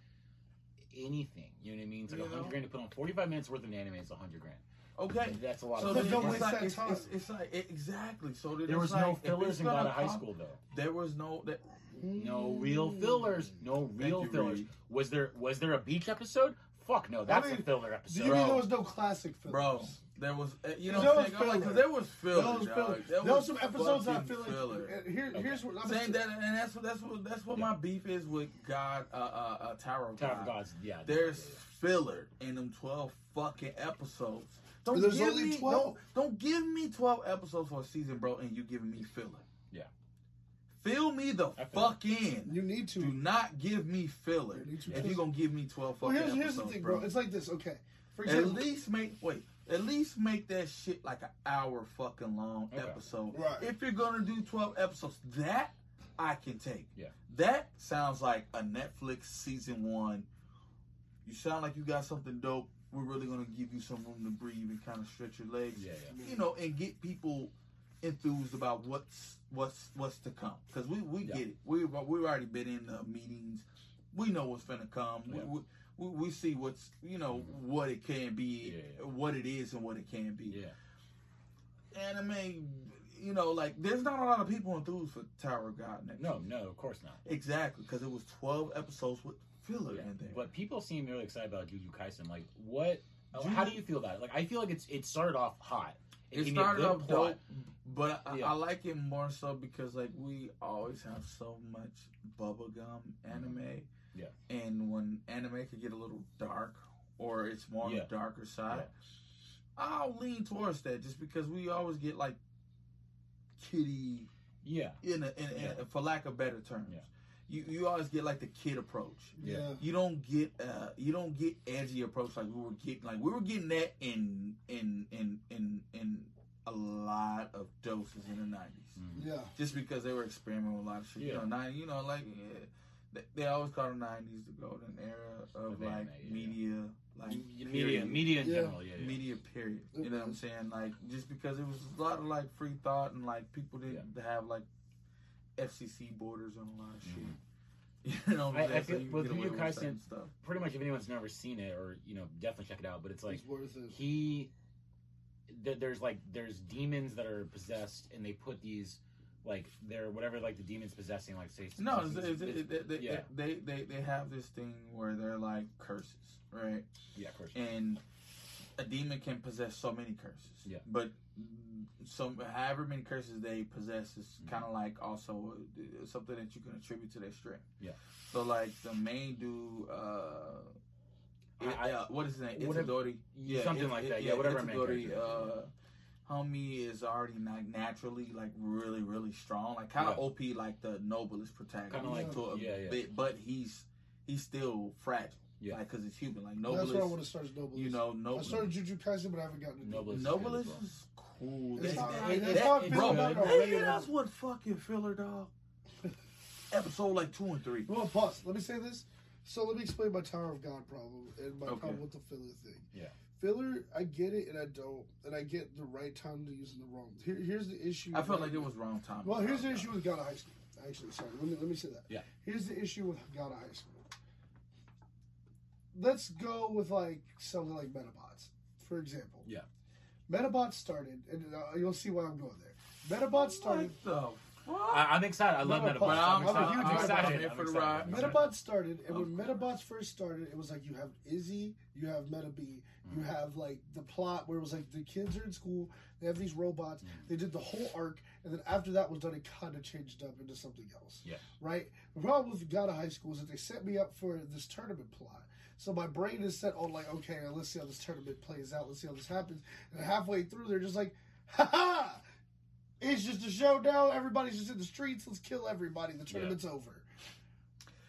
[SPEAKER 1] anything. You know what I mean? It's like a
[SPEAKER 3] You know?
[SPEAKER 1] hundred grand to put on forty five minutes worth of an anime. It's a hundred grand.
[SPEAKER 3] Okay,
[SPEAKER 1] That's a lot.
[SPEAKER 3] So
[SPEAKER 1] of
[SPEAKER 3] then
[SPEAKER 1] money.
[SPEAKER 2] don't
[SPEAKER 3] it's
[SPEAKER 2] waste
[SPEAKER 3] like,
[SPEAKER 2] that
[SPEAKER 3] it's,
[SPEAKER 2] time.
[SPEAKER 3] it's, it's like it- exactly. So then
[SPEAKER 1] There
[SPEAKER 3] it's
[SPEAKER 1] was
[SPEAKER 3] like,
[SPEAKER 1] no
[SPEAKER 3] if
[SPEAKER 1] fillers
[SPEAKER 3] it's
[SPEAKER 1] in
[SPEAKER 3] gonna
[SPEAKER 1] God of High
[SPEAKER 3] come-
[SPEAKER 1] School though.
[SPEAKER 3] There was no that.
[SPEAKER 1] No real fillers. No real
[SPEAKER 3] you,
[SPEAKER 1] fillers.
[SPEAKER 3] Reed.
[SPEAKER 1] Was there was there a beach episode? Fuck no, that's a
[SPEAKER 2] mean,
[SPEAKER 1] filler
[SPEAKER 2] Do
[SPEAKER 1] episode.
[SPEAKER 2] you mean
[SPEAKER 1] Bro.
[SPEAKER 2] there was no classic film?
[SPEAKER 3] Bro, there was uh, you know
[SPEAKER 2] There
[SPEAKER 3] what I'm
[SPEAKER 2] was
[SPEAKER 3] saying? I'm like, 'cause
[SPEAKER 2] filler.
[SPEAKER 3] there was filler.
[SPEAKER 2] There was,
[SPEAKER 3] dog.
[SPEAKER 2] filler.
[SPEAKER 3] There
[SPEAKER 2] There was some episodes I feel like. uh, Here, Here's what I'm
[SPEAKER 3] Saying
[SPEAKER 2] saying.
[SPEAKER 3] that, and that's what that's what that's what my beef is with God, uh, uh, uh Tower of
[SPEAKER 1] Tower
[SPEAKER 3] God.
[SPEAKER 1] of God's yeah.
[SPEAKER 3] There's filler in them twelve fucking episodes. Don't
[SPEAKER 2] there's
[SPEAKER 3] give
[SPEAKER 2] only
[SPEAKER 3] me
[SPEAKER 2] 12.
[SPEAKER 3] Don't, don't give me twelve episodes for a season, bro, and you giving me filler.
[SPEAKER 1] yeah.
[SPEAKER 3] Fill me the
[SPEAKER 1] I feel
[SPEAKER 3] fuck in.
[SPEAKER 2] You need to.
[SPEAKER 3] Do not give me filler
[SPEAKER 2] need to
[SPEAKER 3] if you're gonna give me twelve fucking
[SPEAKER 2] Well, here's,
[SPEAKER 3] episodes,
[SPEAKER 2] here's the thing, bro. It's like this, okay. For
[SPEAKER 3] At
[SPEAKER 2] example,
[SPEAKER 3] least make wait. At least make that shit like an hour fucking long episode.
[SPEAKER 2] Right.
[SPEAKER 3] If you're gonna do twelve episodes, that I can take.
[SPEAKER 1] Yeah.
[SPEAKER 3] That sounds like a Netflix season one. You sound like you got something dope. We're really gonna give you some room to breathe and kind of stretch your legs.
[SPEAKER 1] Yeah, yeah.
[SPEAKER 3] You know, and get people enthused about what's what's what's to come. Because we we
[SPEAKER 1] Yeah.
[SPEAKER 3] get it. We we've already been in the meetings. We know what's gonna come.
[SPEAKER 1] Yeah. Mm-hmm.
[SPEAKER 3] We, we, we we see what's you know what it can be,
[SPEAKER 1] Yeah, yeah.
[SPEAKER 3] what it is, and what it can be.
[SPEAKER 1] Yeah.
[SPEAKER 3] Anime, you know, like there's not a lot of people enthused for Tower of God next.
[SPEAKER 1] No,
[SPEAKER 3] season.
[SPEAKER 1] no, of course not.
[SPEAKER 3] exactly, because it was 12 episodes with filler in there.
[SPEAKER 1] But people seem really excited about Jujutsu Kaisen. Like, what? How do you feel about it? Like, I feel like it's it started off hot.
[SPEAKER 3] it
[SPEAKER 1] gave me a
[SPEAKER 3] started
[SPEAKER 1] good
[SPEAKER 3] off dope, but I,
[SPEAKER 1] Yeah.
[SPEAKER 3] I like it more so because like we always have so much bubblegum anime.
[SPEAKER 1] Mm-hmm. Yeah.
[SPEAKER 3] and when anime could get a little dark or it's more on
[SPEAKER 1] Yeah.
[SPEAKER 3] the darker side, I'll lean towards that just because we always get like kitty
[SPEAKER 1] Yeah.
[SPEAKER 3] in a, in, in
[SPEAKER 1] Yeah.
[SPEAKER 3] for lack of better terms.
[SPEAKER 1] Yeah.
[SPEAKER 3] You you always get like the kid approach.
[SPEAKER 2] yeah.
[SPEAKER 3] You don't get uh you don't get edgy approach like we were getting like we were getting that in in in in in a lot of doses in the 90s
[SPEAKER 2] Yeah.
[SPEAKER 3] just because they were experimenting with a lot of shit. You
[SPEAKER 1] Mm-hmm. Yeah.
[SPEAKER 3] know, nine, you know, like yeah, they, they always call the nineties the golden era of
[SPEAKER 1] Of
[SPEAKER 3] like
[SPEAKER 1] anime, yeah.
[SPEAKER 3] media, like
[SPEAKER 1] Media,
[SPEAKER 3] period.
[SPEAKER 1] media in
[SPEAKER 2] Yeah.
[SPEAKER 1] general. Yeah. yeah.
[SPEAKER 3] Mm-hmm. media period. You know what I'm saying? Like just because it was a lot of like free thought and like people didn't have like FCC borders on a lot of shit. You know, what
[SPEAKER 1] Mm-hmm. I- I
[SPEAKER 3] I'm saying?
[SPEAKER 1] feel-
[SPEAKER 3] So you
[SPEAKER 1] with
[SPEAKER 3] get away
[SPEAKER 1] Yu Kaisen-
[SPEAKER 3] certain stuff.
[SPEAKER 1] Pretty much, if anyone's never seen it, or you know, definitely check it out. But it's like
[SPEAKER 2] It's worth it.
[SPEAKER 1] he th- there's like there's demons that are possessed and they put these like they're whatever like the demons possessing like say
[SPEAKER 3] No, it's,
[SPEAKER 1] it's-
[SPEAKER 3] it's, it- they, they,
[SPEAKER 1] yeah.
[SPEAKER 3] they, they they have this thing where they're like curses, right?
[SPEAKER 1] yeah of course
[SPEAKER 3] and a demon can possess so many curses.
[SPEAKER 1] Yeah.
[SPEAKER 3] But some however many curses they possess is
[SPEAKER 1] Mm-hmm.
[SPEAKER 3] kind of like also uh, something that you can attribute to their strength.
[SPEAKER 1] Yeah.
[SPEAKER 3] So like the main dude, uh,
[SPEAKER 1] I-
[SPEAKER 3] it-
[SPEAKER 1] I-
[SPEAKER 3] uh, what is his name?
[SPEAKER 1] whatever-
[SPEAKER 3] Itadori.
[SPEAKER 1] something like that. Yeah, whatever main
[SPEAKER 3] Itadori,
[SPEAKER 1] character.
[SPEAKER 3] uh, homie is already like naturally like really really strong. Like kind
[SPEAKER 1] Yeah.
[SPEAKER 3] of OP, like the noblest protagonist.
[SPEAKER 1] Kinda like-
[SPEAKER 3] to a
[SPEAKER 1] yeah, yeah.
[SPEAKER 3] bit, but he's he's still fragile.
[SPEAKER 1] Yeah.
[SPEAKER 3] Like because it's human. Like
[SPEAKER 2] That's
[SPEAKER 3] noblest
[SPEAKER 2] why I want to start Noble.
[SPEAKER 3] you know,
[SPEAKER 2] I started
[SPEAKER 3] Noble.
[SPEAKER 2] Jujutsu Kaisen, but I haven't gotten to
[SPEAKER 1] Noble
[SPEAKER 2] Noble.
[SPEAKER 1] is
[SPEAKER 3] Noble
[SPEAKER 1] good as
[SPEAKER 3] is
[SPEAKER 1] well.
[SPEAKER 3] Ooh,
[SPEAKER 2] It's
[SPEAKER 3] that,
[SPEAKER 2] not-
[SPEAKER 3] that,
[SPEAKER 2] it's
[SPEAKER 3] that-
[SPEAKER 2] not
[SPEAKER 3] that-
[SPEAKER 2] filler,
[SPEAKER 3] bro,
[SPEAKER 2] not no
[SPEAKER 3] hey,
[SPEAKER 2] regular.
[SPEAKER 3] that's one fucking filler, dog. Episode like two and three.
[SPEAKER 2] Well, pause. Let me say this. So let me explain my Tower of God problem and my
[SPEAKER 3] Okay.
[SPEAKER 2] problem with the filler thing.
[SPEAKER 1] Yeah.
[SPEAKER 2] Filler, I get it and I don't, and I get the right time to use in the wrong. Here, here's the issue.
[SPEAKER 3] I felt
[SPEAKER 2] with-
[SPEAKER 3] like it was wrong time.
[SPEAKER 2] Well, here's the issue with God High School. Actually, sorry. Let me let me say that.
[SPEAKER 1] Yeah.
[SPEAKER 2] Here's the issue with God High School. Let's go with like something like Metabots, for example.
[SPEAKER 1] Yeah.
[SPEAKER 2] Metabots started, and uh, you'll see why I'm going there. Metabots started.
[SPEAKER 3] What the fuck?
[SPEAKER 1] I, I'm excited. I love
[SPEAKER 2] Metabots.
[SPEAKER 1] Metabots. I'm,
[SPEAKER 2] I'm a
[SPEAKER 1] excited. I'm
[SPEAKER 2] huge Metabots
[SPEAKER 1] excited.
[SPEAKER 3] fan
[SPEAKER 1] I'm
[SPEAKER 3] for the
[SPEAKER 1] excited.
[SPEAKER 3] ride.
[SPEAKER 1] I'm excited.
[SPEAKER 2] Metabots started, and when
[SPEAKER 3] Of
[SPEAKER 2] Metabots first started, it was like you have Izzy, you have Meta B,
[SPEAKER 1] Mm.
[SPEAKER 2] you have like the plot where it was like the kids are in school, they have these robots,
[SPEAKER 1] Mm.
[SPEAKER 2] they did the whole arc, and then after that was done, it kind of changed up into something else.
[SPEAKER 1] Yeah.
[SPEAKER 2] Right? The problem with God of High School is that they set me up for this tournament plot. So my brain is set on like, okay, let's see how this tournament plays out, let's see how this happens. And halfway through, they're just like, ha ha! It's just a showdown. Everybody's just in the streets. Let's kill everybody. The tournament's over.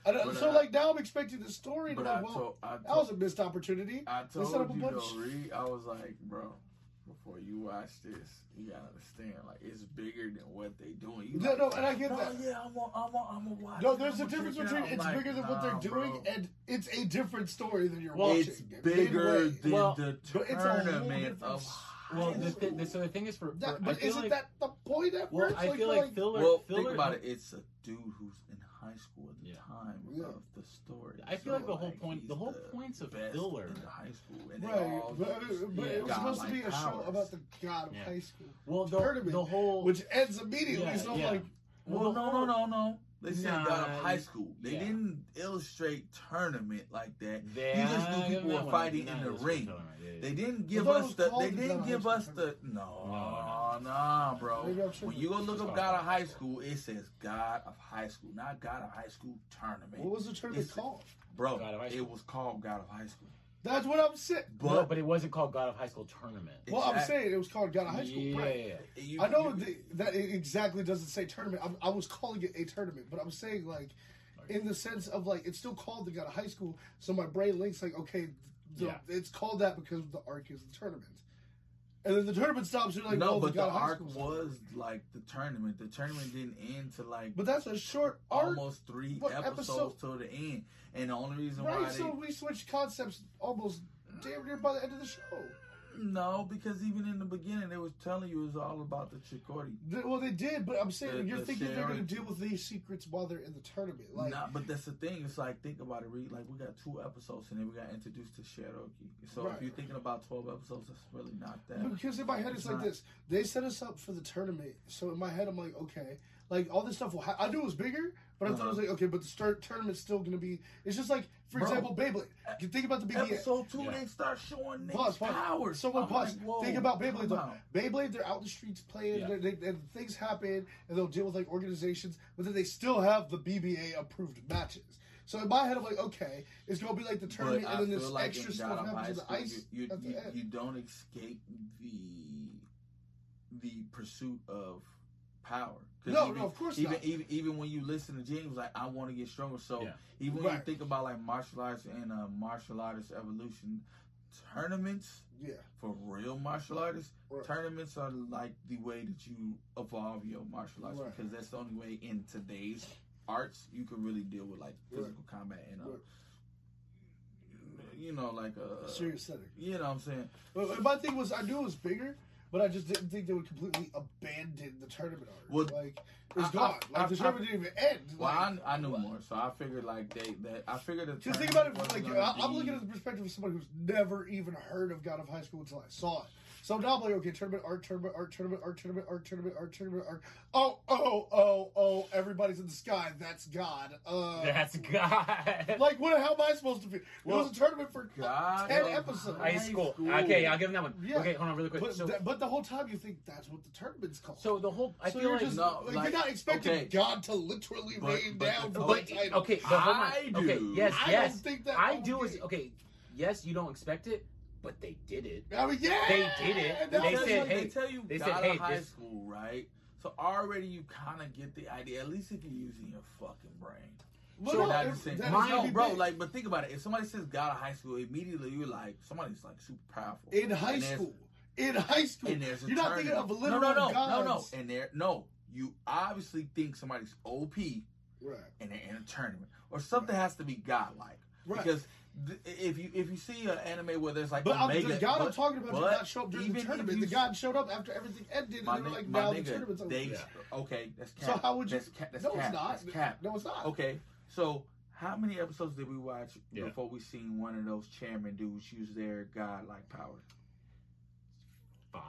[SPEAKER 2] And, uh,
[SPEAKER 3] But
[SPEAKER 2] so
[SPEAKER 3] I-
[SPEAKER 2] like now I'm expecting the story. To
[SPEAKER 3] But uh,
[SPEAKER 2] like,
[SPEAKER 3] I
[SPEAKER 2] well,
[SPEAKER 3] told, I
[SPEAKER 2] that was
[SPEAKER 3] told,
[SPEAKER 2] a missed opportunity.
[SPEAKER 3] I
[SPEAKER 2] They set up
[SPEAKER 3] told
[SPEAKER 2] a
[SPEAKER 3] you
[SPEAKER 2] bunch.
[SPEAKER 3] though, Reed, I was like, bro, before you watch this, you gotta understand, like it's bigger than what they doing. You
[SPEAKER 2] No,
[SPEAKER 3] like,
[SPEAKER 2] no, and I get
[SPEAKER 3] "No,
[SPEAKER 2] that."
[SPEAKER 3] Yeah, I'm gonna, I'm gonna, I'm gonna watch.
[SPEAKER 2] no,
[SPEAKER 3] it,
[SPEAKER 2] there's a
[SPEAKER 3] I'm gonna
[SPEAKER 2] difference
[SPEAKER 3] check it
[SPEAKER 2] between
[SPEAKER 3] out. I'm
[SPEAKER 2] it's
[SPEAKER 3] like,
[SPEAKER 2] bigger than what they're
[SPEAKER 3] nah,
[SPEAKER 2] doing
[SPEAKER 3] bro.
[SPEAKER 2] and it's a different story than you're watching.
[SPEAKER 3] it's bigger
[SPEAKER 2] Anyway,
[SPEAKER 3] than
[SPEAKER 1] Well,
[SPEAKER 3] the
[SPEAKER 2] but it's a whole
[SPEAKER 3] tournament
[SPEAKER 2] different
[SPEAKER 3] of.
[SPEAKER 2] s-
[SPEAKER 1] Well, the,
[SPEAKER 3] highest-
[SPEAKER 1] thi- the, so the thing is for, for
[SPEAKER 2] that,
[SPEAKER 1] I
[SPEAKER 2] but
[SPEAKER 1] feel
[SPEAKER 2] isn't
[SPEAKER 1] like,
[SPEAKER 2] that the point? At
[SPEAKER 1] well,
[SPEAKER 2] first?
[SPEAKER 1] I feel like filler.
[SPEAKER 3] well,
[SPEAKER 1] filler,
[SPEAKER 3] think about it. It's a dude who's in high school at the
[SPEAKER 1] Yeah.
[SPEAKER 3] time
[SPEAKER 2] Yeah.
[SPEAKER 3] of the story.
[SPEAKER 1] I feel
[SPEAKER 3] So,
[SPEAKER 1] like the whole point-
[SPEAKER 3] he's
[SPEAKER 1] the whole
[SPEAKER 3] the
[SPEAKER 1] points of
[SPEAKER 3] best
[SPEAKER 1] filler-
[SPEAKER 3] in high school, and they
[SPEAKER 2] Right,
[SPEAKER 3] all
[SPEAKER 2] but,
[SPEAKER 3] use
[SPEAKER 2] but it was
[SPEAKER 1] yeah,
[SPEAKER 2] supposed to be
[SPEAKER 3] godlike
[SPEAKER 2] a show
[SPEAKER 3] powers.
[SPEAKER 2] about the god of
[SPEAKER 1] Yeah.
[SPEAKER 2] high school,
[SPEAKER 1] Well, the,
[SPEAKER 2] tournament,
[SPEAKER 1] the whole.
[SPEAKER 2] which ends immediately.
[SPEAKER 1] yeah,
[SPEAKER 2] so I'm
[SPEAKER 1] yeah.
[SPEAKER 2] like,
[SPEAKER 3] Well,
[SPEAKER 1] the
[SPEAKER 3] no, no,
[SPEAKER 1] whole-
[SPEAKER 3] no, no. They said
[SPEAKER 1] Nah,
[SPEAKER 3] got up high school. They
[SPEAKER 1] yeah.
[SPEAKER 3] didn't illustrate tournament like that.
[SPEAKER 1] Yeah,
[SPEAKER 3] you just
[SPEAKER 1] I
[SPEAKER 3] knew
[SPEAKER 1] give
[SPEAKER 3] people
[SPEAKER 1] that one.
[SPEAKER 3] were fighting
[SPEAKER 1] Nah,
[SPEAKER 3] in the
[SPEAKER 1] that's
[SPEAKER 3] ring.
[SPEAKER 1] what I'm talking about. Yeah,
[SPEAKER 3] They
[SPEAKER 1] yeah.
[SPEAKER 3] didn't give
[SPEAKER 2] thought it
[SPEAKER 3] us
[SPEAKER 2] was
[SPEAKER 3] the.
[SPEAKER 2] called
[SPEAKER 3] They
[SPEAKER 2] the
[SPEAKER 3] didn't
[SPEAKER 2] Ghana
[SPEAKER 3] give
[SPEAKER 2] High
[SPEAKER 3] us
[SPEAKER 2] School
[SPEAKER 3] the. No, nah, bro.
[SPEAKER 2] Maybe I'm
[SPEAKER 3] When
[SPEAKER 2] tripping.
[SPEAKER 3] you go look
[SPEAKER 1] It's
[SPEAKER 3] up
[SPEAKER 1] called
[SPEAKER 3] God of
[SPEAKER 1] High
[SPEAKER 3] High
[SPEAKER 1] School.
[SPEAKER 3] School, it says God of High School, not God of High School Tournament.
[SPEAKER 2] what was the tournament
[SPEAKER 3] It's-
[SPEAKER 2] called?
[SPEAKER 3] Bro,
[SPEAKER 1] God of High School.
[SPEAKER 3] it was called God of High School.
[SPEAKER 2] That's what I'm saying.
[SPEAKER 3] But,
[SPEAKER 1] no, but it wasn't called God of High School Tournament.
[SPEAKER 2] Well, I'm
[SPEAKER 3] Exact-
[SPEAKER 2] saying it was called God of High School.
[SPEAKER 1] yeah,
[SPEAKER 2] right?
[SPEAKER 1] yeah, yeah.
[SPEAKER 3] you-
[SPEAKER 2] I know
[SPEAKER 3] you-
[SPEAKER 2] th- that it exactly doesn't say tournament. I'm, I was calling it a tournament, but I'm saying like, in the sense of like, it's still called the God of High School. So my brain links like, okay, the,
[SPEAKER 1] Yeah.
[SPEAKER 2] it's called that because the arc is the tournament, and then the tournament stops. You're like,
[SPEAKER 3] no,
[SPEAKER 2] oh,
[SPEAKER 3] but the
[SPEAKER 2] God of High
[SPEAKER 3] arc
[SPEAKER 2] School.
[SPEAKER 3] was like the tournament. The tournament didn't end to like
[SPEAKER 2] But that's a short arc,
[SPEAKER 3] almost three
[SPEAKER 2] what
[SPEAKER 3] episodes
[SPEAKER 2] episode?
[SPEAKER 3] till the end. And the only reason why
[SPEAKER 2] right?
[SPEAKER 3] they
[SPEAKER 2] So we switched concepts almost damn near by the end of the show.
[SPEAKER 3] no, because even in the beginning they was telling you it was all about the Chicotti.
[SPEAKER 2] Th- Well, they did, but I'm saying
[SPEAKER 3] The-
[SPEAKER 2] you're
[SPEAKER 3] the
[SPEAKER 2] thinking they're going
[SPEAKER 3] sharing-
[SPEAKER 2] to deal with these secrets while they're in the tournament. Like,
[SPEAKER 3] Nah, but that's the thing. It's like think about it. Read like we got two episodes and then we got introduced to Cherokee. So
[SPEAKER 2] Right.
[SPEAKER 3] if you're thinking about twelve episodes, that's really not that.
[SPEAKER 2] Because in my head, it's like this. They set us up for the tournament. So in my head, I'm like, okay. Like, all this stuff will ha- I knew it was bigger, but I thought it was like, okay, but the start tournament's still going to be. It's just like, for
[SPEAKER 3] Uh-huh. Bro.
[SPEAKER 2] example, Beyblade. You think about the BBA.
[SPEAKER 3] Episode two,
[SPEAKER 1] Yeah.
[SPEAKER 3] they start showing Nick's
[SPEAKER 2] Pause, pause.
[SPEAKER 3] powers.
[SPEAKER 2] Someone
[SPEAKER 3] I'm
[SPEAKER 2] pause.
[SPEAKER 3] like, whoa,
[SPEAKER 2] Think about Beyblade
[SPEAKER 3] come
[SPEAKER 2] though.
[SPEAKER 3] on.
[SPEAKER 2] Beyblade, they're out in the streets playing,
[SPEAKER 1] Yeah.
[SPEAKER 2] they- they- and things happen, and they'll deal with like organizations, but then they still have the BBA approved matches. So in my head, I'm like, okay, it's gonna be like the tournament,
[SPEAKER 3] I
[SPEAKER 2] and then this
[SPEAKER 3] feel like
[SPEAKER 2] extra
[SPEAKER 3] in
[SPEAKER 2] stuff
[SPEAKER 3] God of
[SPEAKER 2] happens
[SPEAKER 3] High
[SPEAKER 2] to the
[SPEAKER 3] School,
[SPEAKER 2] ice
[SPEAKER 3] You, you,
[SPEAKER 2] at the
[SPEAKER 3] you,
[SPEAKER 2] end.
[SPEAKER 3] you don't escape the the pursuit of power. 'Cause
[SPEAKER 2] No, no, of course
[SPEAKER 3] even, e
[SPEAKER 2] not.
[SPEAKER 3] Even even when you listen to James, like I want to get stronger. So
[SPEAKER 1] Yeah.
[SPEAKER 3] even when you
[SPEAKER 2] Right.
[SPEAKER 3] think about like martial arts and uh, martial artist evolution tournaments
[SPEAKER 2] yeah,
[SPEAKER 3] for real martial artists,
[SPEAKER 2] Right.
[SPEAKER 3] tournaments are like the way that you evolve your martial arts
[SPEAKER 2] Right.
[SPEAKER 3] because that's the only way in today's arts you can really deal with like physical combat and uh,
[SPEAKER 2] Right.
[SPEAKER 3] you know like uh
[SPEAKER 2] serious setting.
[SPEAKER 3] you know what I'm saying?
[SPEAKER 2] Well, My thing was, I knew it was bigger, but I just didn't think they would completely abandon the tournament arc.
[SPEAKER 3] Well,
[SPEAKER 2] like it's
[SPEAKER 3] I-
[SPEAKER 2] gone.
[SPEAKER 3] I-
[SPEAKER 2] like the
[SPEAKER 3] I-
[SPEAKER 2] tournament didn't even end.
[SPEAKER 3] Well,
[SPEAKER 2] like,
[SPEAKER 3] I, I knew more, so I figured like they that I figured the
[SPEAKER 2] just think about
[SPEAKER 3] tournament
[SPEAKER 2] it. Like
[SPEAKER 3] wasn't
[SPEAKER 2] I,
[SPEAKER 3] gonna
[SPEAKER 2] I'm
[SPEAKER 3] be-
[SPEAKER 2] looking at the perspective of somebody who's never even heard of God of High School until I saw it. So now I'm like, okay, tournament arc, tournament arc, tournament arc, tournament arc, tournament arc, tournament arc. Oh, oh, oh, oh! Everybody's in the sky. That's God. Uh,
[SPEAKER 1] That's God.
[SPEAKER 2] like what? How am I supposed to be? it
[SPEAKER 1] Well,
[SPEAKER 2] was a tournament for
[SPEAKER 3] God
[SPEAKER 2] ten
[SPEAKER 3] of
[SPEAKER 2] episodes.
[SPEAKER 1] High
[SPEAKER 3] High
[SPEAKER 1] school.
[SPEAKER 3] school.
[SPEAKER 1] Okay, I'll give him that one.
[SPEAKER 2] Yeah.
[SPEAKER 1] Okay, hold on, really quick.
[SPEAKER 2] But,
[SPEAKER 1] so,
[SPEAKER 2] th- but the whole time you think that's what the tournament's called.
[SPEAKER 1] so the whole I
[SPEAKER 2] so
[SPEAKER 1] feel
[SPEAKER 2] you're
[SPEAKER 1] like
[SPEAKER 2] just
[SPEAKER 3] no,
[SPEAKER 2] like,
[SPEAKER 3] like,
[SPEAKER 2] you're not expecting
[SPEAKER 3] okay.
[SPEAKER 2] God to literally
[SPEAKER 3] But-
[SPEAKER 2] rain
[SPEAKER 3] but-
[SPEAKER 2] down.
[SPEAKER 3] but-
[SPEAKER 2] from
[SPEAKER 1] But
[SPEAKER 2] the title.
[SPEAKER 1] okay, the whole
[SPEAKER 3] I
[SPEAKER 1] mi- Okay,
[SPEAKER 3] do.
[SPEAKER 1] yes,
[SPEAKER 2] I don't
[SPEAKER 1] yes.
[SPEAKER 2] think that
[SPEAKER 1] I
[SPEAKER 2] whole
[SPEAKER 1] do is
[SPEAKER 2] game-
[SPEAKER 1] okay. Yes, you don't expect it, but they did it.
[SPEAKER 2] I mean, yeah,
[SPEAKER 1] They did it.
[SPEAKER 2] and
[SPEAKER 1] They
[SPEAKER 2] that
[SPEAKER 3] They,
[SPEAKER 2] was
[SPEAKER 1] said,
[SPEAKER 3] tell
[SPEAKER 2] like-
[SPEAKER 3] you,
[SPEAKER 1] hey,
[SPEAKER 3] they tell you
[SPEAKER 1] they said,
[SPEAKER 3] got out
[SPEAKER 1] hey,
[SPEAKER 3] of high
[SPEAKER 1] this-
[SPEAKER 3] school, right? So already you kind of get the idea. At least if you're using your fucking brain.
[SPEAKER 2] Well,
[SPEAKER 3] So
[SPEAKER 2] no,
[SPEAKER 3] that's
[SPEAKER 2] it-
[SPEAKER 3] the same-
[SPEAKER 2] that is
[SPEAKER 1] Mine-
[SPEAKER 2] gonna be
[SPEAKER 3] bro,
[SPEAKER 2] big.
[SPEAKER 3] like, but think about it. If somebody says got out of high school, immediately you're like, somebody's like super powerful
[SPEAKER 2] in high
[SPEAKER 3] And there's-
[SPEAKER 2] school. in high school.
[SPEAKER 3] And there's a
[SPEAKER 2] You're not thinking of
[SPEAKER 3] tournament.
[SPEAKER 2] a literal
[SPEAKER 3] No, no, no, no, no.
[SPEAKER 2] gods.
[SPEAKER 3] And there, no. You obviously think somebody's OP and
[SPEAKER 2] Right.
[SPEAKER 3] they're in a tournament, or something has to be godlike.
[SPEAKER 2] Right.
[SPEAKER 3] Because th- if you if you see an anime where there's like
[SPEAKER 2] But I'm-
[SPEAKER 3] Omega,
[SPEAKER 2] the god I'm
[SPEAKER 3] but-
[SPEAKER 2] talking about did
[SPEAKER 3] but
[SPEAKER 2] not show up during
[SPEAKER 3] even
[SPEAKER 2] the
[SPEAKER 3] if
[SPEAKER 2] tournament.
[SPEAKER 3] you
[SPEAKER 2] The god showed up after everything ended, and
[SPEAKER 3] My,
[SPEAKER 2] they were
[SPEAKER 3] ni-
[SPEAKER 2] like,
[SPEAKER 3] my
[SPEAKER 2] now the
[SPEAKER 3] nigga,
[SPEAKER 2] tournament's over.
[SPEAKER 3] they
[SPEAKER 1] Yeah.
[SPEAKER 3] okay. That's cap.
[SPEAKER 2] So how would you?
[SPEAKER 3] That's cap. That's
[SPEAKER 2] no,
[SPEAKER 3] cap.
[SPEAKER 2] it's not.
[SPEAKER 3] That's cap.
[SPEAKER 2] No, it's not.
[SPEAKER 3] Okay, so how many episodes did we watch
[SPEAKER 1] Yeah.
[SPEAKER 3] before we seen one of those chairman dudes use their godlike power?
[SPEAKER 1] Five.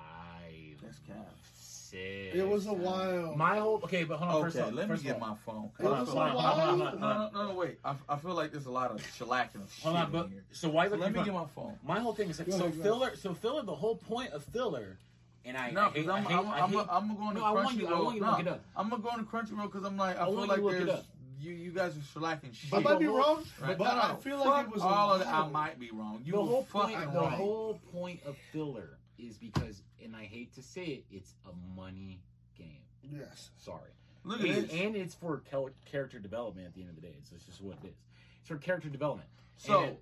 [SPEAKER 3] That's cap.
[SPEAKER 1] Six.
[SPEAKER 2] It was a while.
[SPEAKER 1] My whole okay, but hold on. first
[SPEAKER 3] Okay,
[SPEAKER 1] of-
[SPEAKER 3] let me
[SPEAKER 1] first
[SPEAKER 3] get
[SPEAKER 1] of all-
[SPEAKER 3] my phone.
[SPEAKER 1] Hold on,
[SPEAKER 2] It was
[SPEAKER 1] hold on,
[SPEAKER 2] a
[SPEAKER 1] hold on, hold on,
[SPEAKER 2] while.
[SPEAKER 1] hold on,
[SPEAKER 3] No,
[SPEAKER 1] hold on.
[SPEAKER 3] no, no, no, wait. I, I feel like there's a lot of shellacking of shit
[SPEAKER 4] Hold on, but
[SPEAKER 3] in here.
[SPEAKER 4] so why is
[SPEAKER 3] So
[SPEAKER 4] it?
[SPEAKER 3] let me get my phone.
[SPEAKER 4] My whole thing is like,
[SPEAKER 2] Go
[SPEAKER 4] so
[SPEAKER 2] ahead, go
[SPEAKER 4] filler, so filler. The whole point of filler, and I
[SPEAKER 3] No,
[SPEAKER 4] I hate,
[SPEAKER 3] because I'm,
[SPEAKER 4] I hate,
[SPEAKER 3] I'm,
[SPEAKER 4] I
[SPEAKER 3] I'm,
[SPEAKER 4] hate-
[SPEAKER 3] I'm, going to
[SPEAKER 4] No, I want you- I
[SPEAKER 3] Crunchyroll.
[SPEAKER 4] want you to
[SPEAKER 3] No,
[SPEAKER 4] look it up.
[SPEAKER 3] I'm going to Crunchyroll because I'm like, I, feel
[SPEAKER 4] want you
[SPEAKER 3] like
[SPEAKER 4] to look it
[SPEAKER 3] there's
[SPEAKER 4] up.
[SPEAKER 3] you, you guys are shellacking shit.
[SPEAKER 2] I might be wrong,
[SPEAKER 3] Right.
[SPEAKER 2] but
[SPEAKER 3] No,
[SPEAKER 2] I
[SPEAKER 3] no,
[SPEAKER 2] feel
[SPEAKER 3] fuck
[SPEAKER 2] like it was a
[SPEAKER 3] all of uh, that. I
[SPEAKER 2] while.
[SPEAKER 3] might be wrong. You
[SPEAKER 4] the
[SPEAKER 3] were
[SPEAKER 4] whole point,
[SPEAKER 3] fucking
[SPEAKER 4] the
[SPEAKER 3] right.
[SPEAKER 4] whole point of
[SPEAKER 5] filler is because, and I hate to say it, it's a money game.
[SPEAKER 2] Yes.
[SPEAKER 5] Sorry.
[SPEAKER 3] Look at
[SPEAKER 5] And,
[SPEAKER 3] this.
[SPEAKER 5] and it's for cal- character development at the end of the day. It's, it's just what it is. It's for character development.
[SPEAKER 3] so,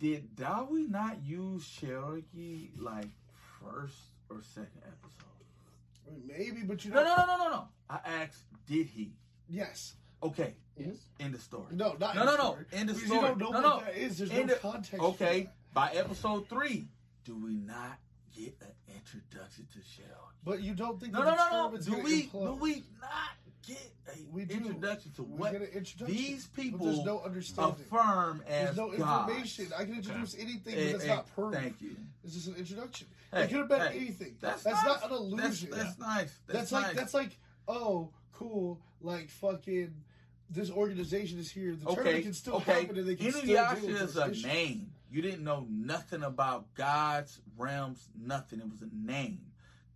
[SPEAKER 3] did Dawi not use Cherokee like first or second episode?
[SPEAKER 2] Maybe, but you
[SPEAKER 3] No,
[SPEAKER 2] don't.
[SPEAKER 3] no, no, no, no, no. I asked, did he?
[SPEAKER 2] Yes.
[SPEAKER 3] Okay,
[SPEAKER 5] Yes.
[SPEAKER 3] end of story.
[SPEAKER 2] No, not
[SPEAKER 3] No,
[SPEAKER 2] in
[SPEAKER 3] no,
[SPEAKER 2] the
[SPEAKER 3] no.
[SPEAKER 2] story.
[SPEAKER 3] End of
[SPEAKER 2] Because
[SPEAKER 3] story.
[SPEAKER 2] You don't know
[SPEAKER 3] no,
[SPEAKER 2] what
[SPEAKER 3] no.
[SPEAKER 2] that is. There's
[SPEAKER 3] End
[SPEAKER 2] no
[SPEAKER 3] of-
[SPEAKER 2] context. for
[SPEAKER 3] Okay,
[SPEAKER 2] that.
[SPEAKER 3] by episode three, do we not get an introduction to Cherokee?
[SPEAKER 2] But you don't think
[SPEAKER 3] No,
[SPEAKER 2] that
[SPEAKER 3] no,
[SPEAKER 2] the
[SPEAKER 3] no, no.
[SPEAKER 2] tournament's
[SPEAKER 3] Do
[SPEAKER 2] gonna
[SPEAKER 3] we do
[SPEAKER 2] implode.
[SPEAKER 3] we not get an
[SPEAKER 2] We do.
[SPEAKER 3] introduction to
[SPEAKER 2] We
[SPEAKER 3] what
[SPEAKER 2] get an introduction,
[SPEAKER 3] these
[SPEAKER 2] but
[SPEAKER 3] people
[SPEAKER 2] there's no understanding.
[SPEAKER 3] affirm as
[SPEAKER 2] There's no
[SPEAKER 3] gods?
[SPEAKER 2] information. I can introduce anything,
[SPEAKER 3] Eh,
[SPEAKER 2] but that's
[SPEAKER 3] eh,
[SPEAKER 2] not proof.
[SPEAKER 3] Thank you.
[SPEAKER 2] It's just an introduction.
[SPEAKER 3] Hey,
[SPEAKER 2] it could have been
[SPEAKER 3] hey,
[SPEAKER 2] anything.
[SPEAKER 3] That's,
[SPEAKER 2] That's,
[SPEAKER 3] nice.
[SPEAKER 2] not an illusion.
[SPEAKER 3] That's, that's nice. That's,
[SPEAKER 2] That's, like
[SPEAKER 3] nice.
[SPEAKER 2] that's like oh cool like fucking this organization is here. The
[SPEAKER 3] okay.
[SPEAKER 2] tournament can still
[SPEAKER 3] okay.
[SPEAKER 2] happen and they can
[SPEAKER 3] Inuyasha
[SPEAKER 2] still deal with
[SPEAKER 3] is
[SPEAKER 2] those
[SPEAKER 3] a
[SPEAKER 2] issues.
[SPEAKER 3] name. You didn't know nothing about gods, realms, nothing. It was a name.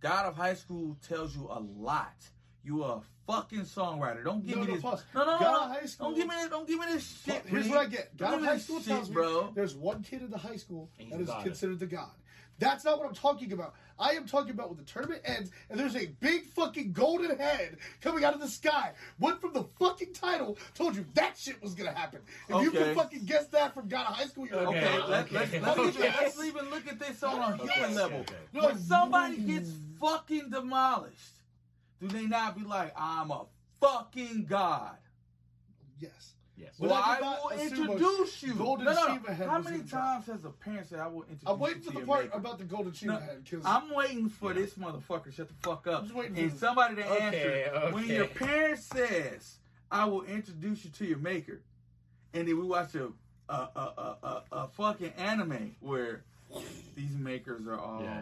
[SPEAKER 3] God of High School tells you a lot. You a fucking songwriter. Don't give
[SPEAKER 2] No,
[SPEAKER 3] me
[SPEAKER 2] no,
[SPEAKER 3] this.
[SPEAKER 2] pause.
[SPEAKER 3] No, no, no,
[SPEAKER 2] God of
[SPEAKER 3] no.
[SPEAKER 2] High School-
[SPEAKER 3] Don't give me this. Don't give me this shit.
[SPEAKER 2] But here's
[SPEAKER 3] Reed.
[SPEAKER 2] what I get. God
[SPEAKER 3] Don't give
[SPEAKER 2] of
[SPEAKER 3] me
[SPEAKER 2] High
[SPEAKER 3] this
[SPEAKER 2] School
[SPEAKER 3] shit,
[SPEAKER 2] tells me
[SPEAKER 3] bro.
[SPEAKER 2] there's one kid in the high school
[SPEAKER 5] he's
[SPEAKER 2] that
[SPEAKER 5] the
[SPEAKER 2] is
[SPEAKER 5] god.
[SPEAKER 2] considered the god. That's not what I'm talking about. I am talking about when the tournament ends and there's a big fucking golden head coming out of the sky. One from the fucking title told you that shit was gonna happen. If you
[SPEAKER 3] Okay.
[SPEAKER 2] can fucking guess that from God of High School, you're like,
[SPEAKER 3] Okay,
[SPEAKER 1] Okay,
[SPEAKER 3] let, let's,
[SPEAKER 1] okay.
[SPEAKER 3] let's,
[SPEAKER 2] Okay.
[SPEAKER 3] let's even look at this on a human level.
[SPEAKER 1] okay.
[SPEAKER 3] When somebody gets fucking demolished, do they not be like, I'm a fucking god?
[SPEAKER 2] yes.
[SPEAKER 1] yes.
[SPEAKER 2] But
[SPEAKER 3] Well,
[SPEAKER 2] I
[SPEAKER 3] I,
[SPEAKER 2] did not
[SPEAKER 3] will
[SPEAKER 2] assume a
[SPEAKER 3] introduce you.
[SPEAKER 2] golden
[SPEAKER 3] no, no,
[SPEAKER 2] Shiva
[SPEAKER 3] no.
[SPEAKER 2] head
[SPEAKER 3] How
[SPEAKER 2] was
[SPEAKER 3] many
[SPEAKER 2] in trouble.
[SPEAKER 3] times has a parent said, I will introduce
[SPEAKER 2] I'm
[SPEAKER 3] you
[SPEAKER 2] waiting
[SPEAKER 3] to
[SPEAKER 2] for the
[SPEAKER 3] your
[SPEAKER 2] part
[SPEAKER 3] maker"?
[SPEAKER 2] about the golden chief
[SPEAKER 3] No,
[SPEAKER 2] head because
[SPEAKER 3] I'm waiting for this motherfucker to shut the fuck up.
[SPEAKER 2] just waiting for
[SPEAKER 3] and
[SPEAKER 2] this.
[SPEAKER 3] somebody to
[SPEAKER 1] Okay,
[SPEAKER 3] answer. When
[SPEAKER 1] okay.
[SPEAKER 3] your parent says, I will introduce you to your maker, and then we watch a, a, a, a, a, a fucking anime where these makers are all
[SPEAKER 1] Yeah, yeah,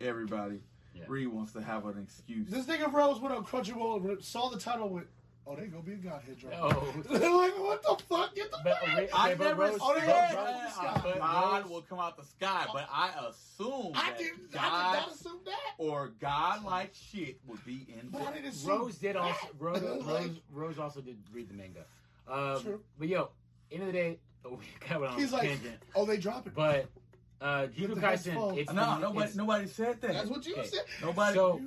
[SPEAKER 1] yeah.
[SPEAKER 3] everybody.
[SPEAKER 1] Yeah.
[SPEAKER 3] Ree wants to have an excuse.
[SPEAKER 2] this nigga Rose went on Crunchyroll and saw the title and went, oh, they gonna be a godhead drama.
[SPEAKER 1] Oh,
[SPEAKER 2] They're like, what the fuck? Get the
[SPEAKER 1] But-
[SPEAKER 2] fuck out
[SPEAKER 1] okay,
[SPEAKER 3] I
[SPEAKER 1] but
[SPEAKER 3] never
[SPEAKER 1] Rose-
[SPEAKER 3] said
[SPEAKER 2] oh, they
[SPEAKER 1] but Rose-
[SPEAKER 2] both come out of
[SPEAKER 3] that
[SPEAKER 2] the sky.
[SPEAKER 3] God
[SPEAKER 1] Rose-
[SPEAKER 3] will come out the sky, but I assume
[SPEAKER 2] I
[SPEAKER 3] that
[SPEAKER 2] didn't. I did
[SPEAKER 3] God
[SPEAKER 2] not assume that.
[SPEAKER 3] or God-like shit would be in
[SPEAKER 2] But I
[SPEAKER 3] there.
[SPEAKER 2] didn't assume
[SPEAKER 5] Rose did
[SPEAKER 2] that.
[SPEAKER 5] also. Rose,
[SPEAKER 2] Like,
[SPEAKER 5] Rose, Rose also did read the manga. Um,
[SPEAKER 2] True.
[SPEAKER 5] But yo, end of the day, oh, we kind of went on
[SPEAKER 2] He's
[SPEAKER 5] a
[SPEAKER 2] like,
[SPEAKER 5] tangent.
[SPEAKER 2] oh, they drop it.
[SPEAKER 5] But uh, Jujutsu
[SPEAKER 2] that's false.
[SPEAKER 5] Kaisen, it's
[SPEAKER 3] No,
[SPEAKER 5] the-
[SPEAKER 3] nobody,
[SPEAKER 5] it's-
[SPEAKER 3] nobody said that.
[SPEAKER 2] That's what you
[SPEAKER 5] okay.
[SPEAKER 2] said.
[SPEAKER 3] nobody.
[SPEAKER 5] So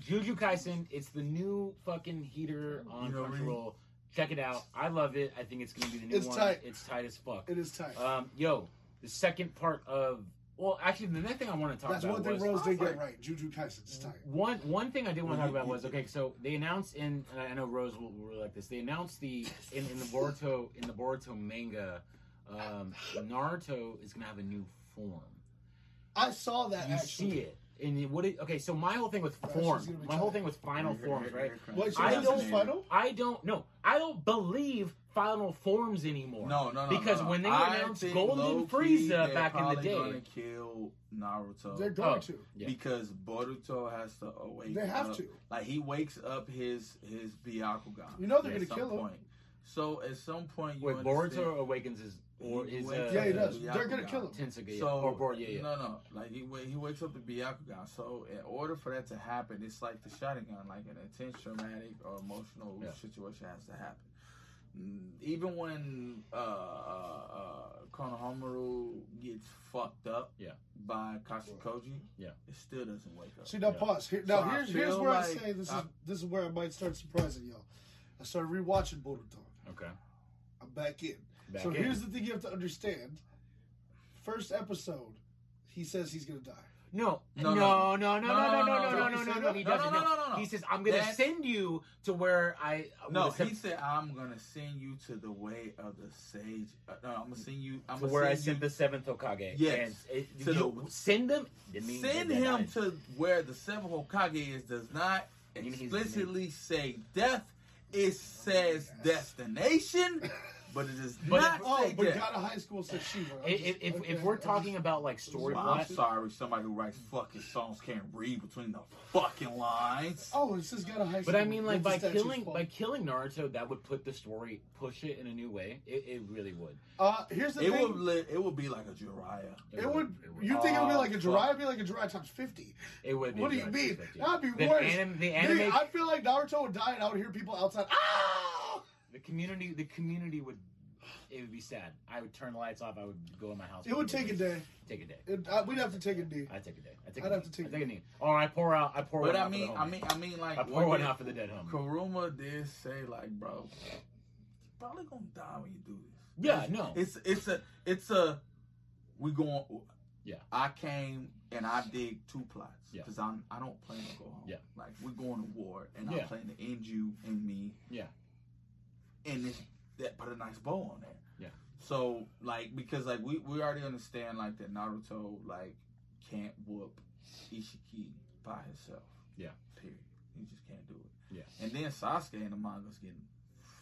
[SPEAKER 5] Jujutsu Kaisen, it's the new fucking heater on
[SPEAKER 3] You know,
[SPEAKER 5] Crunchyroll. Check it out. I love it. I think it's gonna be the new
[SPEAKER 2] It's
[SPEAKER 5] one.
[SPEAKER 2] tight.
[SPEAKER 5] It's tight as fuck.
[SPEAKER 2] It is tight.
[SPEAKER 5] Um, yo, the second part of well, actually, the next thing I want to talk
[SPEAKER 2] That's
[SPEAKER 5] about
[SPEAKER 2] one thing
[SPEAKER 5] was
[SPEAKER 2] Rose did
[SPEAKER 3] like-
[SPEAKER 2] get right. Juju Kaisen is tight.
[SPEAKER 5] one one thing I did want to talk
[SPEAKER 3] Well, you-
[SPEAKER 5] about
[SPEAKER 3] you-
[SPEAKER 5] was okay. So they announced in and I I know Rose will, will really like this. They announced the in, in the Boruto in the Boruto manga, um, Naruto is gonna have a new form.
[SPEAKER 2] I saw that
[SPEAKER 5] You
[SPEAKER 2] actually.
[SPEAKER 5] see it. And you- what? It, okay, so my whole thing with
[SPEAKER 2] That's
[SPEAKER 5] form,
[SPEAKER 2] just gonna be
[SPEAKER 5] my whole
[SPEAKER 2] tight.
[SPEAKER 5] thing with final forms, right?
[SPEAKER 2] Wait, so
[SPEAKER 5] I
[SPEAKER 2] that's his
[SPEAKER 5] don't-
[SPEAKER 2] final?
[SPEAKER 5] I don't know. I don't believe final forms anymore.
[SPEAKER 3] No, no, no.
[SPEAKER 5] Because
[SPEAKER 3] no, no.
[SPEAKER 5] when they
[SPEAKER 3] I
[SPEAKER 5] announced
[SPEAKER 3] think
[SPEAKER 5] Golden
[SPEAKER 3] low-key
[SPEAKER 5] Frieza
[SPEAKER 3] they're
[SPEAKER 5] back in the
[SPEAKER 3] probably
[SPEAKER 5] day,
[SPEAKER 3] gonna kill Naruto.
[SPEAKER 2] They're going
[SPEAKER 5] Oh.
[SPEAKER 2] to.
[SPEAKER 5] Yeah.
[SPEAKER 3] Because Boruto has to awake.
[SPEAKER 2] They have
[SPEAKER 5] uh,
[SPEAKER 3] up.
[SPEAKER 2] to.
[SPEAKER 3] Like he wakes up his his Byakugan.
[SPEAKER 2] You know they're
[SPEAKER 3] at
[SPEAKER 2] gonna
[SPEAKER 3] some
[SPEAKER 2] kill him.
[SPEAKER 3] point. So at some point, you
[SPEAKER 5] wait,
[SPEAKER 3] understand-
[SPEAKER 5] Boruto awakens is or
[SPEAKER 3] He
[SPEAKER 5] is uh,
[SPEAKER 3] wakes
[SPEAKER 2] Yeah, he
[SPEAKER 3] up
[SPEAKER 2] does.
[SPEAKER 3] to
[SPEAKER 2] They're gonna
[SPEAKER 3] Byakugan.
[SPEAKER 2] kill him.
[SPEAKER 5] Tensuke, yeah.
[SPEAKER 3] So
[SPEAKER 5] or Bor- yeah, yeah.
[SPEAKER 3] no, no, like he wa- he wakes up to Byakugan. So in order for that to happen, it's like the Sharingan, like an intense traumatic or emotional
[SPEAKER 5] Yeah.
[SPEAKER 3] situation has to happen. Mm, Even when uh, uh, uh, Konohamaru gets fucked up
[SPEAKER 5] Yeah.
[SPEAKER 3] by Kasukoji,
[SPEAKER 5] Yeah.
[SPEAKER 3] it still doesn't wake up.
[SPEAKER 2] See now, pause. Here, now
[SPEAKER 3] So I
[SPEAKER 2] here's here's
[SPEAKER 3] feel
[SPEAKER 2] where
[SPEAKER 3] like
[SPEAKER 2] I say this is
[SPEAKER 3] I-
[SPEAKER 2] this is where I might start surprising y'all. I started rewatching Boruto.
[SPEAKER 5] Okay.
[SPEAKER 2] I'm back in.
[SPEAKER 5] Back
[SPEAKER 2] so
[SPEAKER 5] in.
[SPEAKER 2] here's the thing you have to understand. First episode, he says he's gonna die.
[SPEAKER 1] No, no,
[SPEAKER 3] No, no.
[SPEAKER 1] no, no, no, no, no, no, no, no, no, no. He
[SPEAKER 3] No, no,
[SPEAKER 1] doesn't.
[SPEAKER 3] no, no, no, no.
[SPEAKER 1] He says, "I'm gonna
[SPEAKER 3] That's-
[SPEAKER 1] send you to where I." with
[SPEAKER 3] No,
[SPEAKER 1] a sep-
[SPEAKER 3] he said, "I'm gonna send you to the way of the sage." Uh, no, I'm gonna send you. I'm
[SPEAKER 1] to
[SPEAKER 3] gonna
[SPEAKER 1] where I
[SPEAKER 3] send
[SPEAKER 1] sent the seventh Hokage.
[SPEAKER 3] Yes.
[SPEAKER 1] And it,
[SPEAKER 3] To
[SPEAKER 1] you
[SPEAKER 3] the-
[SPEAKER 1] send them.
[SPEAKER 3] you,
[SPEAKER 1] it means
[SPEAKER 3] send
[SPEAKER 1] that- that
[SPEAKER 3] him
[SPEAKER 1] I-
[SPEAKER 3] to where the seven Hokage is. Does not
[SPEAKER 1] mean he's-
[SPEAKER 3] explicitly say death. It says destination, but it does not
[SPEAKER 2] Oh,
[SPEAKER 3] say
[SPEAKER 2] but
[SPEAKER 3] death.
[SPEAKER 2] God of High School said she. was.
[SPEAKER 1] If, if, if,
[SPEAKER 2] Okay,
[SPEAKER 1] if we're
[SPEAKER 2] I'm
[SPEAKER 1] talking
[SPEAKER 2] just-
[SPEAKER 1] about like story
[SPEAKER 3] Well, I'm
[SPEAKER 1] plot,
[SPEAKER 3] sorry, somebody who writes fucking songs can't read between the fucking lines.
[SPEAKER 2] Oh, it says God of High School.
[SPEAKER 1] but I mean, like
[SPEAKER 2] It's
[SPEAKER 1] by
[SPEAKER 2] the statue's
[SPEAKER 1] killing
[SPEAKER 2] fault.
[SPEAKER 1] by killing Naruto, that would put the story push it in a new way. It, it really would.
[SPEAKER 2] Uh, here's the
[SPEAKER 3] It
[SPEAKER 2] thing.
[SPEAKER 3] would li- it would be like a Jiraiya.
[SPEAKER 2] It would. Uh, You think it would be like a Jiraiya? It'd be like a Jiraiya times fifty.
[SPEAKER 1] It would. Be
[SPEAKER 2] What do you
[SPEAKER 1] like
[SPEAKER 2] mean?
[SPEAKER 1] 50.
[SPEAKER 2] That'd be
[SPEAKER 1] the
[SPEAKER 2] worse.
[SPEAKER 1] anim- the
[SPEAKER 2] Dude,
[SPEAKER 1] anime,
[SPEAKER 2] I feel like Naruto would die, and I would hear people outside. Ah!
[SPEAKER 1] the community, the community would. It would be sad. I would turn the lights off. I would go in my house.
[SPEAKER 2] It would take a day.
[SPEAKER 1] Take a day.
[SPEAKER 2] It, I, we'd have to take a D.
[SPEAKER 1] I take a day. I take.
[SPEAKER 2] I'd
[SPEAKER 1] a
[SPEAKER 2] have
[SPEAKER 1] knee.
[SPEAKER 2] to take
[SPEAKER 1] I
[SPEAKER 2] a
[SPEAKER 1] take a knee. Or I pour out. I pour.
[SPEAKER 3] But
[SPEAKER 1] one
[SPEAKER 3] I
[SPEAKER 1] out for the
[SPEAKER 3] mean, I
[SPEAKER 1] homie.
[SPEAKER 3] mean, I mean, like
[SPEAKER 1] I pour one
[SPEAKER 3] did-
[SPEAKER 1] out for the dead homie.
[SPEAKER 3] Karuma did say like, bro, you probably gonna die when you do this.
[SPEAKER 1] Yeah, no.
[SPEAKER 3] It's it's a it's a we going.
[SPEAKER 1] Yeah.
[SPEAKER 3] I came and I dig two plots
[SPEAKER 1] Yeah.
[SPEAKER 3] because I'm I don't plan to go home.
[SPEAKER 1] Yeah.
[SPEAKER 3] like we're going to war and I'm
[SPEAKER 1] Yeah.
[SPEAKER 3] planning to end you and me
[SPEAKER 1] Yeah.
[SPEAKER 3] and this, that put a nice bow on there.
[SPEAKER 1] Yeah.
[SPEAKER 3] So like because like we we already understand like that Naruto like can't whoop Ishiki by himself.
[SPEAKER 1] Yeah.
[SPEAKER 3] Period. He just can't do it.
[SPEAKER 1] Yeah.
[SPEAKER 3] And then Sasuke in the manga's getting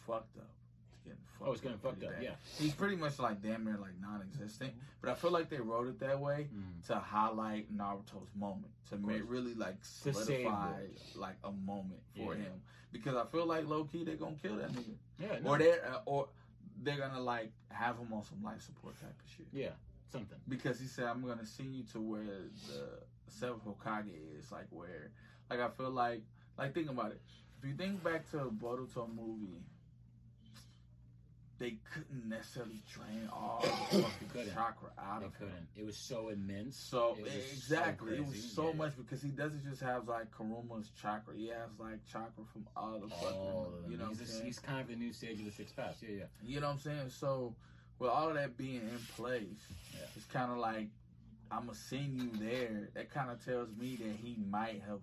[SPEAKER 3] fucked up. It's getting fucked
[SPEAKER 1] Oh, it's getting fucked
[SPEAKER 3] pretty
[SPEAKER 1] up.
[SPEAKER 3] bad.
[SPEAKER 1] Yeah.
[SPEAKER 3] He's pretty much like damn near like non-existent.
[SPEAKER 1] Mm-hmm.
[SPEAKER 3] But I feel like they wrote it that way
[SPEAKER 1] Mm.
[SPEAKER 3] to highlight Naruto's moment. To me, it really like
[SPEAKER 1] To save
[SPEAKER 3] solidify like a moment for
[SPEAKER 1] Yeah.
[SPEAKER 3] him because I feel like low key they're gonna kill that nigga
[SPEAKER 1] Yeah. No.
[SPEAKER 3] or they uh, or they're gonna like have him on some life support type of shit.
[SPEAKER 1] yeah. Something.
[SPEAKER 3] Because he said, "I'm gonna send you to where the seventh Hokage is, like where, like I feel like, like think about it. If you think back to a Boruto movie, they couldn't necessarily drain all the fucking
[SPEAKER 1] Couldn't.
[SPEAKER 3] chakra out
[SPEAKER 1] They
[SPEAKER 3] of him.
[SPEAKER 1] couldn't. It was so immense.
[SPEAKER 3] So
[SPEAKER 1] It was
[SPEAKER 3] exactly, it was
[SPEAKER 1] crazy.
[SPEAKER 3] so
[SPEAKER 1] Yeah.
[SPEAKER 3] much because he doesn't just have like Karuma's chakra; he has like chakra from all the fucking,
[SPEAKER 1] All of them.
[SPEAKER 3] you know. what I'm
[SPEAKER 1] Oh, he's,
[SPEAKER 3] saying?
[SPEAKER 1] he's kind of the new stage of the six pass. Yeah, yeah.
[SPEAKER 3] You know what I'm saying? So, with all of that being in place,
[SPEAKER 1] Yeah.
[SPEAKER 3] it's kind of like I'm gonna send you there. That kind of tells me that he might have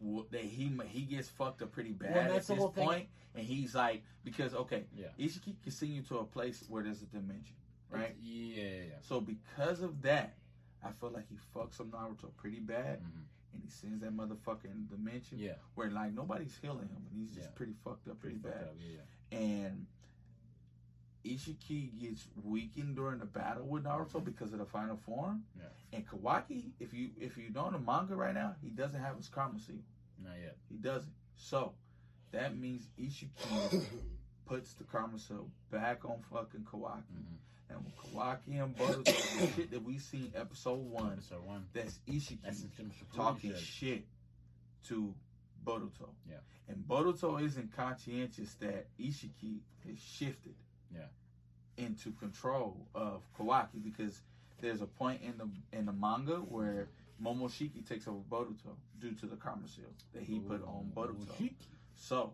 [SPEAKER 3] wo- that he mi- he gets fucked up pretty bad
[SPEAKER 1] Well,
[SPEAKER 3] at
[SPEAKER 1] that's the
[SPEAKER 3] this
[SPEAKER 1] whole thing.
[SPEAKER 3] point, and he's like because okay,
[SPEAKER 1] Yeah.
[SPEAKER 3] Ishiki can send you to a place where there's a dimension, right?
[SPEAKER 1] It's- Yeah, yeah, yeah.
[SPEAKER 3] So because of that, I feel like he fucks up Naruto pretty bad,
[SPEAKER 1] Mhm.
[SPEAKER 3] and he sends that motherfucker in the dimension
[SPEAKER 1] Yeah.
[SPEAKER 3] where like nobody's healing him, and he's just
[SPEAKER 1] Yeah.
[SPEAKER 3] pretty fucked up pretty,
[SPEAKER 1] fucked
[SPEAKER 3] bad
[SPEAKER 1] up, Yeah, yeah.
[SPEAKER 3] and Ishiki gets weakened during the battle with Naruto because of the final form.
[SPEAKER 1] Yeah.
[SPEAKER 3] And Kawaki, if you if you know the manga right now, he doesn't have his karma seal.
[SPEAKER 1] Not yet.
[SPEAKER 3] He doesn't. So that means Ishiki puts the karma seal back on fucking Kawaki.
[SPEAKER 1] Mhm.
[SPEAKER 3] And when Kawaki and Boruto, the shit that we seen episode one,
[SPEAKER 1] Episode one.
[SPEAKER 3] that's Ishiki
[SPEAKER 1] That's some, some Shippuden
[SPEAKER 3] talking
[SPEAKER 1] shit.
[SPEAKER 3] shit to Boruto.
[SPEAKER 1] Yeah.
[SPEAKER 3] And Boruto isn't conscientious that Ishiki is shifted
[SPEAKER 1] Yeah.
[SPEAKER 3] into control of Kawaki because there's a point in the in the manga where Momoshiki takes over Boruto due to the karma seal that he put on Boruto. So,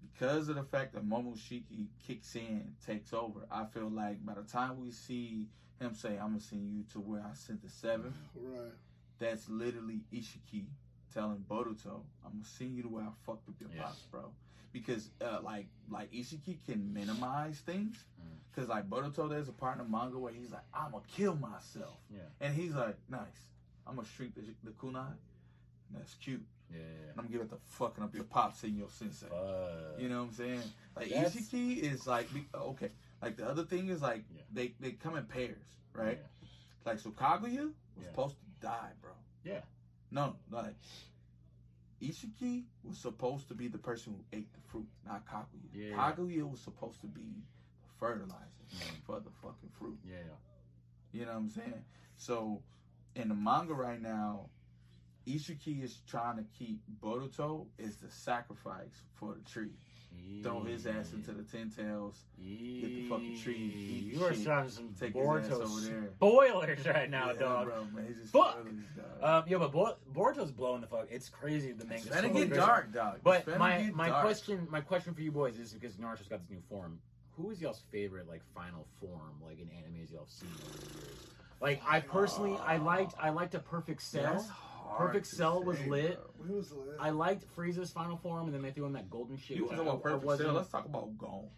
[SPEAKER 3] because of the fact that Momoshiki kicks in, takes over, I feel like by the time we see him say, "I'm gonna send you to where I sent the seventh,
[SPEAKER 2] Right.
[SPEAKER 3] that's literally Ishiki telling Boruto, "I'm gonna send you to where I fucked up your
[SPEAKER 1] Yeah.
[SPEAKER 3] pops, bro." Because uh, like like Ishiki can minimize things,
[SPEAKER 1] Mm.
[SPEAKER 3] because like Boruto, there's a part in the manga where he's like, "I'm gonna kill myself,"
[SPEAKER 1] Yeah.
[SPEAKER 3] and he's like, "Nice, I'm gonna shrink the, the kunai." That's cute.
[SPEAKER 1] Yeah, yeah,
[SPEAKER 3] And I'm giving the fucking up your pops and your sensei.
[SPEAKER 1] yeah. Uh,
[SPEAKER 3] You know what I'm saying? Like
[SPEAKER 1] That's-
[SPEAKER 3] Ishiki is like be- okay. Like the other thing is like
[SPEAKER 1] Yeah.
[SPEAKER 3] they they come in pairs, right?
[SPEAKER 1] Yeah.
[SPEAKER 3] Like so Kaguya was
[SPEAKER 1] Yeah.
[SPEAKER 3] supposed to die, bro.
[SPEAKER 1] Yeah.
[SPEAKER 3] No, like Ishiki was supposed to be the person who ate the fruit, not Kaguya.
[SPEAKER 1] Yeah.
[SPEAKER 3] Kaguya was supposed to be the fertilizer for the fucking fruit.
[SPEAKER 1] Yeah, yeah.
[SPEAKER 3] You know what I'm saying? So in the manga right now, Ishiki is trying to keep Boruto as the sacrifice for the tree. Throw his ass into the ten tails.
[SPEAKER 1] yeah.
[SPEAKER 3] the fucking tree, eat
[SPEAKER 1] You are
[SPEAKER 3] shit,
[SPEAKER 1] sounding some
[SPEAKER 3] take his ass
[SPEAKER 1] Boruto
[SPEAKER 3] over there.
[SPEAKER 1] spoilers right now,
[SPEAKER 3] Yeah,
[SPEAKER 1] dog.
[SPEAKER 3] Bro, man, he's just
[SPEAKER 1] Fuck!
[SPEAKER 3] really dark.
[SPEAKER 1] Um, yo, but Bor- Boruto's blowing the fuck. It's crazy. The
[SPEAKER 3] it's
[SPEAKER 1] manga's
[SPEAKER 3] gonna
[SPEAKER 1] so
[SPEAKER 3] get
[SPEAKER 1] crazy.
[SPEAKER 3] dark, dog. It's
[SPEAKER 1] But
[SPEAKER 3] finna
[SPEAKER 1] my
[SPEAKER 3] get
[SPEAKER 1] my
[SPEAKER 3] dark.
[SPEAKER 1] question my question for you boys is because Naruto's got this new form. Who is y'all's favorite like final form like in animes y'all have seen over the years? Like I personally, I
[SPEAKER 3] Uh.
[SPEAKER 1] liked I liked a perfect cell.
[SPEAKER 3] That's hard
[SPEAKER 1] Perfect
[SPEAKER 3] to
[SPEAKER 1] cell was
[SPEAKER 3] say,
[SPEAKER 1] lit.
[SPEAKER 3] bro.
[SPEAKER 2] Who was the last?
[SPEAKER 1] I liked Frieza's final form, and then they threw in that golden shit.
[SPEAKER 3] You
[SPEAKER 1] which
[SPEAKER 3] want
[SPEAKER 1] I,
[SPEAKER 3] to talk about
[SPEAKER 1] I
[SPEAKER 3] perfect
[SPEAKER 1] wasn't-
[SPEAKER 3] cell? Let's talk about Gone.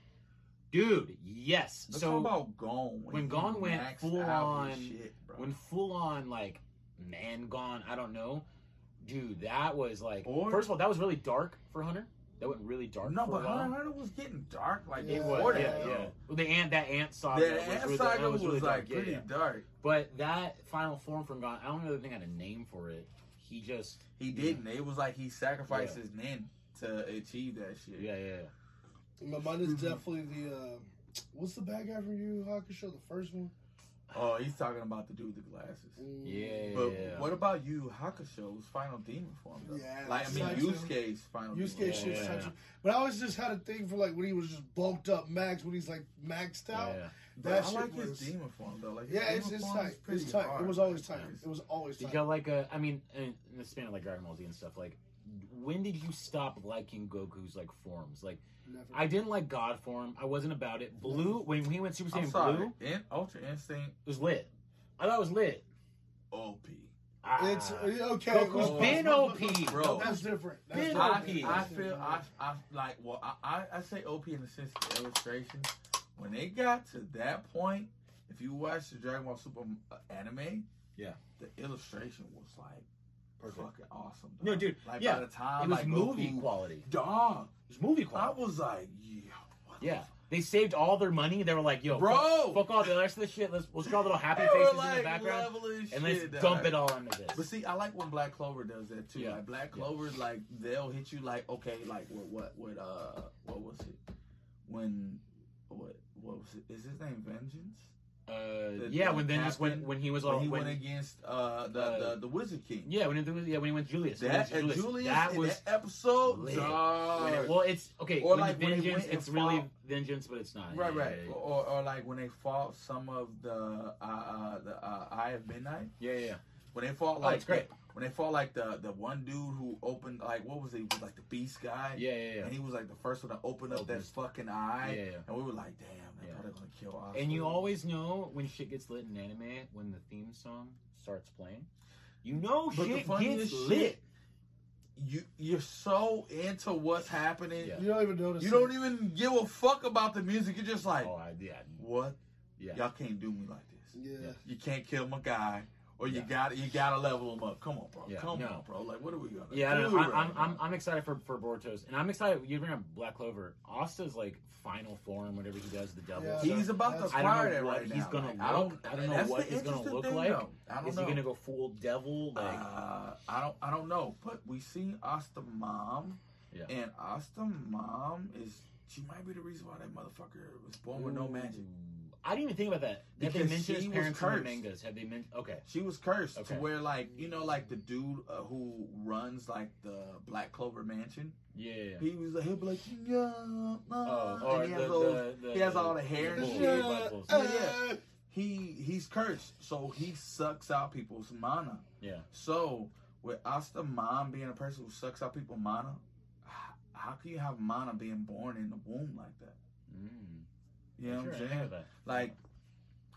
[SPEAKER 1] dude. Yes.
[SPEAKER 3] Let's
[SPEAKER 1] so
[SPEAKER 3] talk about Gone.
[SPEAKER 1] when
[SPEAKER 3] he
[SPEAKER 1] Gone went
[SPEAKER 3] maxed
[SPEAKER 1] full
[SPEAKER 3] out his
[SPEAKER 1] on-
[SPEAKER 3] shit, bro.
[SPEAKER 1] when full on like man gone, I don't know, dude. That was like
[SPEAKER 3] Or-
[SPEAKER 1] first of all, that was really dark for Hunter. That went really dark.
[SPEAKER 3] no,
[SPEAKER 1] for
[SPEAKER 3] but
[SPEAKER 1] a while.
[SPEAKER 3] Hunter Hunter was getting dark like
[SPEAKER 2] It
[SPEAKER 1] It was,
[SPEAKER 3] before that,
[SPEAKER 1] yeah,
[SPEAKER 3] though.
[SPEAKER 1] yeah. Well, the ant, that ant saga,
[SPEAKER 3] That
[SPEAKER 1] was,
[SPEAKER 3] ass
[SPEAKER 1] really, that
[SPEAKER 3] saga
[SPEAKER 1] was,
[SPEAKER 3] was,
[SPEAKER 1] really
[SPEAKER 3] like
[SPEAKER 1] dark. Yeah,
[SPEAKER 3] pretty
[SPEAKER 1] yeah.
[SPEAKER 3] dark.
[SPEAKER 1] But that final form from Gone, I don't really think I had a name for it. He just,
[SPEAKER 3] He didn't. It was like he sacrificed his nin to achieve that shit.
[SPEAKER 1] yeah, yeah,
[SPEAKER 2] My mine is definitely the. Uh, what's the bad guy from Yu Yu Hakusho? The first one.
[SPEAKER 3] Oh, he's talking about the dude with the glasses.
[SPEAKER 2] Mm.
[SPEAKER 1] yeah. yeah.
[SPEAKER 3] But what about Yu Yu Hakusho's final demon form? Though?
[SPEAKER 2] Yeah,
[SPEAKER 3] like I mean,
[SPEAKER 2] that's nice, too.
[SPEAKER 3] Yusuke's final.
[SPEAKER 2] Mm, Yusuke
[SPEAKER 3] demon
[SPEAKER 2] shit's
[SPEAKER 1] yeah.
[SPEAKER 2] such a- But I always just had a thing for like when he was just bulked up max, when he's like maxed
[SPEAKER 1] Yeah,
[SPEAKER 2] out.
[SPEAKER 1] yeah.
[SPEAKER 3] But
[SPEAKER 2] That
[SPEAKER 3] I
[SPEAKER 2] shit
[SPEAKER 3] like his
[SPEAKER 2] was-
[SPEAKER 3] demon form though. Like his
[SPEAKER 2] Yeah, it's,
[SPEAKER 3] demon
[SPEAKER 2] it's
[SPEAKER 3] form
[SPEAKER 2] tight.
[SPEAKER 3] is pretty
[SPEAKER 2] It's tight.
[SPEAKER 3] hard.
[SPEAKER 2] It was always tight.
[SPEAKER 3] Like,
[SPEAKER 2] It was always
[SPEAKER 1] Did
[SPEAKER 2] tight.
[SPEAKER 1] y'all like, uh, I mean, in in the span of like Dragon Ball Z and stuff, like, when did you stop liking Goku's like forms? Like,
[SPEAKER 2] Never.
[SPEAKER 1] I didn't like God form. I wasn't about it. Blue, when he went Super
[SPEAKER 3] I'm
[SPEAKER 1] Saiyan
[SPEAKER 3] sorry.
[SPEAKER 1] Blue, it
[SPEAKER 3] In- Ultra Instinct
[SPEAKER 1] was lit. I thought it was lit.
[SPEAKER 3] OP.
[SPEAKER 1] Ah.
[SPEAKER 2] It's uh, okay.
[SPEAKER 1] Goku's
[SPEAKER 2] well,
[SPEAKER 1] been
[SPEAKER 2] well,
[SPEAKER 1] OP,
[SPEAKER 2] well,
[SPEAKER 3] bro.
[SPEAKER 2] well, That's different. That's
[SPEAKER 1] Been
[SPEAKER 2] different.
[SPEAKER 3] I,
[SPEAKER 1] OP.
[SPEAKER 3] I feel I, I like well I, I, I say OP in the sense of illustration. When they got to that point, if you watch the Dragon Ball Super uh, anime,
[SPEAKER 1] Yeah.
[SPEAKER 3] the illustration was like fucking awesome. Dog.
[SPEAKER 1] No, dude,
[SPEAKER 3] like
[SPEAKER 1] yeah,
[SPEAKER 3] by the time
[SPEAKER 1] It was
[SPEAKER 3] like,
[SPEAKER 1] movie
[SPEAKER 3] Goku-
[SPEAKER 1] quality.
[SPEAKER 3] dog,
[SPEAKER 1] It was movie
[SPEAKER 3] I
[SPEAKER 1] quality.
[SPEAKER 3] was like, yeah, what the
[SPEAKER 1] Yeah. They saved all their money. They were like, yo,
[SPEAKER 3] Bro!
[SPEAKER 1] fuck, fuck all the rest of this shit. Let's, let's draw little happy
[SPEAKER 3] They were,
[SPEAKER 1] faces in the
[SPEAKER 3] like,
[SPEAKER 1] background.
[SPEAKER 3] leveling
[SPEAKER 1] And let's
[SPEAKER 3] shit,
[SPEAKER 1] dump
[SPEAKER 3] dog.
[SPEAKER 1] it all into
[SPEAKER 3] But
[SPEAKER 1] this.
[SPEAKER 3] see, I like when Black Clover does that too.
[SPEAKER 1] Yeah.
[SPEAKER 3] Like Black
[SPEAKER 1] Yeah.
[SPEAKER 3] Clover, like they'll hit you like, okay, like what, what, what, uh, what was it? When, what, what was it? Is his name Vengeance?
[SPEAKER 1] Uh,
[SPEAKER 3] The-
[SPEAKER 1] yeah,
[SPEAKER 3] the
[SPEAKER 1] when then just when
[SPEAKER 3] captain,
[SPEAKER 1] when he was
[SPEAKER 3] When
[SPEAKER 1] all
[SPEAKER 3] he
[SPEAKER 1] when,
[SPEAKER 3] went against uh the
[SPEAKER 1] uh,
[SPEAKER 3] the, the Wizard King.
[SPEAKER 1] yeah when it was yeah when he went Julius. when
[SPEAKER 3] That
[SPEAKER 1] he went
[SPEAKER 3] and Julius
[SPEAKER 1] that
[SPEAKER 3] in
[SPEAKER 1] was
[SPEAKER 3] that episode,
[SPEAKER 1] lit.
[SPEAKER 3] dog.
[SPEAKER 1] well, it's okay.
[SPEAKER 3] Or
[SPEAKER 1] when
[SPEAKER 3] like when they
[SPEAKER 1] vengeance,
[SPEAKER 3] went and
[SPEAKER 1] it's really
[SPEAKER 3] fought-
[SPEAKER 1] vengeance, but it's not.
[SPEAKER 3] Right,
[SPEAKER 1] Yeah,
[SPEAKER 3] right,
[SPEAKER 1] yeah, yeah.
[SPEAKER 3] or, or like when they fought some of the uh, uh the uh, Eye of Midnight.
[SPEAKER 1] Yeah, yeah, yeah.
[SPEAKER 3] When they fought like
[SPEAKER 1] Oh, it's great.
[SPEAKER 3] when they fought like the the one dude who opened like what was he was like the beast guy.
[SPEAKER 1] Yeah, yeah, yeah.
[SPEAKER 3] And he was like the first one to open up
[SPEAKER 1] Open
[SPEAKER 3] that
[SPEAKER 1] his-
[SPEAKER 3] fucking eye.
[SPEAKER 1] Yeah, yeah.
[SPEAKER 3] And we were like, damn, they
[SPEAKER 1] Yeah.
[SPEAKER 3] thought they were gonna kill us.
[SPEAKER 1] And you always know when shit gets lit in anime when the theme song starts playing. You know
[SPEAKER 3] But the
[SPEAKER 1] shit gets
[SPEAKER 3] funniest shit-
[SPEAKER 1] lit.
[SPEAKER 3] you you're so into what's happening.
[SPEAKER 1] Yeah.
[SPEAKER 2] You don't even notice.
[SPEAKER 3] You don't
[SPEAKER 2] it.
[SPEAKER 3] even give a fuck about the music. You're just like,
[SPEAKER 1] Oh, I, yeah,
[SPEAKER 3] what?
[SPEAKER 1] yeah.
[SPEAKER 3] Y'all can't do me like this.
[SPEAKER 2] Yeah.
[SPEAKER 3] You can't kill my guy. Or you
[SPEAKER 1] Yeah.
[SPEAKER 3] got you gotta level him up. Come on, bro.
[SPEAKER 1] Yeah,
[SPEAKER 3] Come
[SPEAKER 1] no.
[SPEAKER 3] on, bro. Like, what are we gonna
[SPEAKER 1] Yeah, I
[SPEAKER 3] do?
[SPEAKER 1] don't know. I,
[SPEAKER 3] right
[SPEAKER 1] I'm,
[SPEAKER 3] now?
[SPEAKER 1] I'm, I'm excited for, for Bortos. And I'm excited. You bring up Black Clover. Asta's like final form, whatever he does, the devil.
[SPEAKER 2] Yeah.
[SPEAKER 1] stuff.
[SPEAKER 3] He's about to
[SPEAKER 2] That's-
[SPEAKER 1] I don't know
[SPEAKER 3] acquire that
[SPEAKER 1] what
[SPEAKER 3] right
[SPEAKER 1] he's
[SPEAKER 3] now.
[SPEAKER 1] gonna
[SPEAKER 3] Like, I
[SPEAKER 1] look-
[SPEAKER 3] don't.
[SPEAKER 1] I don't know
[SPEAKER 3] that's
[SPEAKER 1] what
[SPEAKER 3] the
[SPEAKER 1] he's gonna
[SPEAKER 3] interesting
[SPEAKER 1] look
[SPEAKER 3] thing,
[SPEAKER 1] like.
[SPEAKER 3] though. I don't
[SPEAKER 1] Is
[SPEAKER 3] know.
[SPEAKER 1] he going to go full devil? Like,
[SPEAKER 3] Uh, I don't. I don't know. But we seen Asta mom,
[SPEAKER 1] Yeah.
[SPEAKER 3] and Asta mom is she might be the reason why that motherfucker was born with no magic.
[SPEAKER 1] I didn't even think about that. Did they
[SPEAKER 3] Because
[SPEAKER 1] mention his
[SPEAKER 3] she was
[SPEAKER 1] parents in the
[SPEAKER 3] cursed.
[SPEAKER 1] mangas? Have they mentioned? Okay.
[SPEAKER 3] She was cursed
[SPEAKER 1] Okay.
[SPEAKER 3] to where like you know like the dude uh, who runs like the Black Clover Mansion.
[SPEAKER 1] Yeah. yeah, yeah.
[SPEAKER 3] He was like he'll be like yeah,
[SPEAKER 1] Oh,
[SPEAKER 3] uh,
[SPEAKER 1] or
[SPEAKER 3] and he
[SPEAKER 1] the,
[SPEAKER 3] has those
[SPEAKER 1] the, the,
[SPEAKER 3] he has all the hair and
[SPEAKER 1] bull-
[SPEAKER 3] shit.
[SPEAKER 1] blood pools.
[SPEAKER 3] Yeah, yeah. He he's cursed, so he sucks out people's mana.
[SPEAKER 1] Yeah.
[SPEAKER 3] So with Asta mom being a person who sucks out people's mana, h- how can you have mana being born in the womb like that?
[SPEAKER 1] Mm.
[SPEAKER 3] You know
[SPEAKER 1] Sure,
[SPEAKER 3] what
[SPEAKER 1] I
[SPEAKER 3] I'm
[SPEAKER 1] heard
[SPEAKER 3] saying?
[SPEAKER 1] of that.
[SPEAKER 3] Like,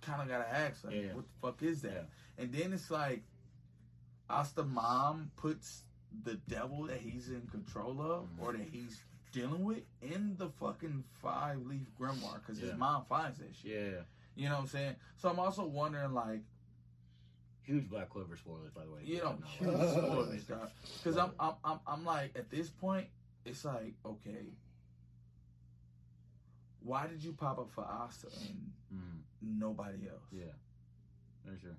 [SPEAKER 3] kind of gotta ask, like,
[SPEAKER 1] Yeah, yeah.
[SPEAKER 3] what the fuck is that? And then it's like, Asta mom puts the devil that he's in control of
[SPEAKER 1] Mm-hmm.
[SPEAKER 3] or that he's dealing with in the fucking five leaf grimoire because his
[SPEAKER 1] Yeah.
[SPEAKER 3] mom finds that shit.
[SPEAKER 1] Yeah. yeah.
[SPEAKER 3] You know what I'm saying? So I'm also wondering, like,
[SPEAKER 1] Huge Black Clover spoilers, by the way.
[SPEAKER 3] you know,
[SPEAKER 1] Not allowed.
[SPEAKER 3] because I'm, I'm, I'm, I'm like at this point, it's like okay, why did you pop up for Asta and
[SPEAKER 1] Mm.
[SPEAKER 3] nobody else?
[SPEAKER 1] Yeah. For sure.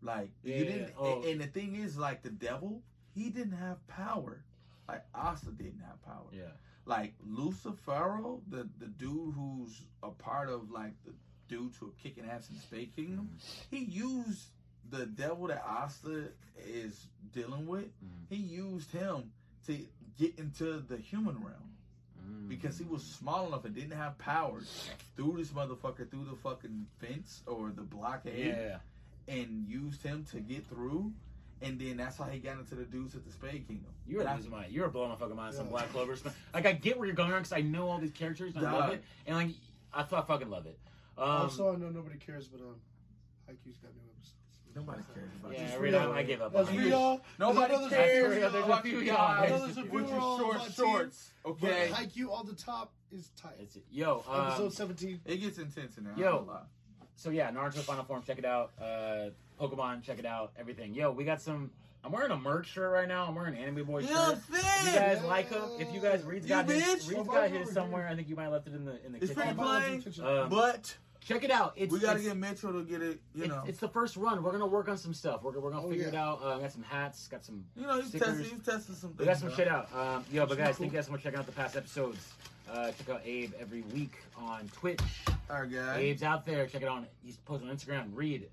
[SPEAKER 3] Like
[SPEAKER 1] Yeah,
[SPEAKER 3] you
[SPEAKER 1] yeah,
[SPEAKER 3] didn't.
[SPEAKER 1] yeah. Oh.
[SPEAKER 3] and- And the thing is, like the devil, he didn't have power. Like Asta didn't have power.
[SPEAKER 1] Yeah.
[SPEAKER 3] Like Lucifero, the the dude who's a part of like the dudes who are kicking ass in the Space Kingdom,
[SPEAKER 1] Mm-hmm.
[SPEAKER 3] he used the devil that Asta is dealing with.
[SPEAKER 1] Mhm.
[SPEAKER 3] He used him to get into the human realm
[SPEAKER 1] Mm.
[SPEAKER 3] because he was small enough and didn't have powers. Threw this motherfucker through the fucking fence or the blockade
[SPEAKER 1] Yeah. yeah.
[SPEAKER 3] and used him to get through, and then that's how he got into the dudes at the Spade Kingdom.
[SPEAKER 1] You
[SPEAKER 3] And
[SPEAKER 1] are
[SPEAKER 3] I-
[SPEAKER 1] losing my, you are blowing my fucking mind. Some
[SPEAKER 2] Yeah.
[SPEAKER 1] Black Clover, sp- like I get where you're going on because I know all these characters and I love
[SPEAKER 3] Dog.
[SPEAKER 1] it, and like I, fu- I fucking love it. Um,
[SPEAKER 2] also, I know nobody cares, but um, IQ's got new episodes.
[SPEAKER 3] Nobody cares about
[SPEAKER 1] Yeah,
[SPEAKER 3] you.
[SPEAKER 1] read on. I give up.
[SPEAKER 2] That's
[SPEAKER 1] on it.
[SPEAKER 2] real.
[SPEAKER 3] Nobody
[SPEAKER 2] There's another
[SPEAKER 3] cares
[SPEAKER 1] There's a
[SPEAKER 3] about
[SPEAKER 1] few
[SPEAKER 3] you
[SPEAKER 1] y'all.
[SPEAKER 3] guys
[SPEAKER 1] There's a few
[SPEAKER 3] with your
[SPEAKER 2] y'all on my
[SPEAKER 3] short
[SPEAKER 2] team.
[SPEAKER 3] shorts.
[SPEAKER 2] But
[SPEAKER 3] Okay,
[SPEAKER 2] IQ on the top is tight.
[SPEAKER 1] That's it. Yo, um,
[SPEAKER 2] Episode 17.
[SPEAKER 3] it gets intense in there.
[SPEAKER 1] Yo.
[SPEAKER 3] I'm not gonna
[SPEAKER 1] so yeah, Naruto Final Form, check it out. Uh, Pokemon, check it out. Everything. Yo, we got some. I'm wearing a merch shirt right now. I'm wearing an Anime Boy
[SPEAKER 3] lie.
[SPEAKER 1] shirt.
[SPEAKER 3] Yeah,
[SPEAKER 1] If you
[SPEAKER 3] fan.
[SPEAKER 1] guys like him, if you guys Reed's
[SPEAKER 3] You
[SPEAKER 1] got his,
[SPEAKER 3] bitch.
[SPEAKER 1] Reed's got his somewhere. I think you might have left it in the in the
[SPEAKER 3] It's
[SPEAKER 1] kitchen.
[SPEAKER 3] pretty plain,
[SPEAKER 2] Uh,
[SPEAKER 1] Um,
[SPEAKER 3] but
[SPEAKER 1] Check it out. It's,
[SPEAKER 3] we gotta
[SPEAKER 1] it's-
[SPEAKER 3] get Metro to get it. You
[SPEAKER 1] it's,
[SPEAKER 3] know,
[SPEAKER 1] it's the first run. We're gonna work on some stuff. We're, we're gonna
[SPEAKER 2] Oh,
[SPEAKER 1] figure
[SPEAKER 2] yeah.
[SPEAKER 1] it out. Uh, got some hats. Got some.
[SPEAKER 3] you know, he's
[SPEAKER 1] stickers.
[SPEAKER 3] testing, he's testing some things.
[SPEAKER 1] We got some
[SPEAKER 3] bro.
[SPEAKER 1] shit out. Um, yo, but guys, thank you guys so much for checking out the past episodes. Uh, check out Abe every week on Twitch.
[SPEAKER 3] All right, guys.
[SPEAKER 1] Abe's out there. Check it out. He's posting on Instagram. Reed,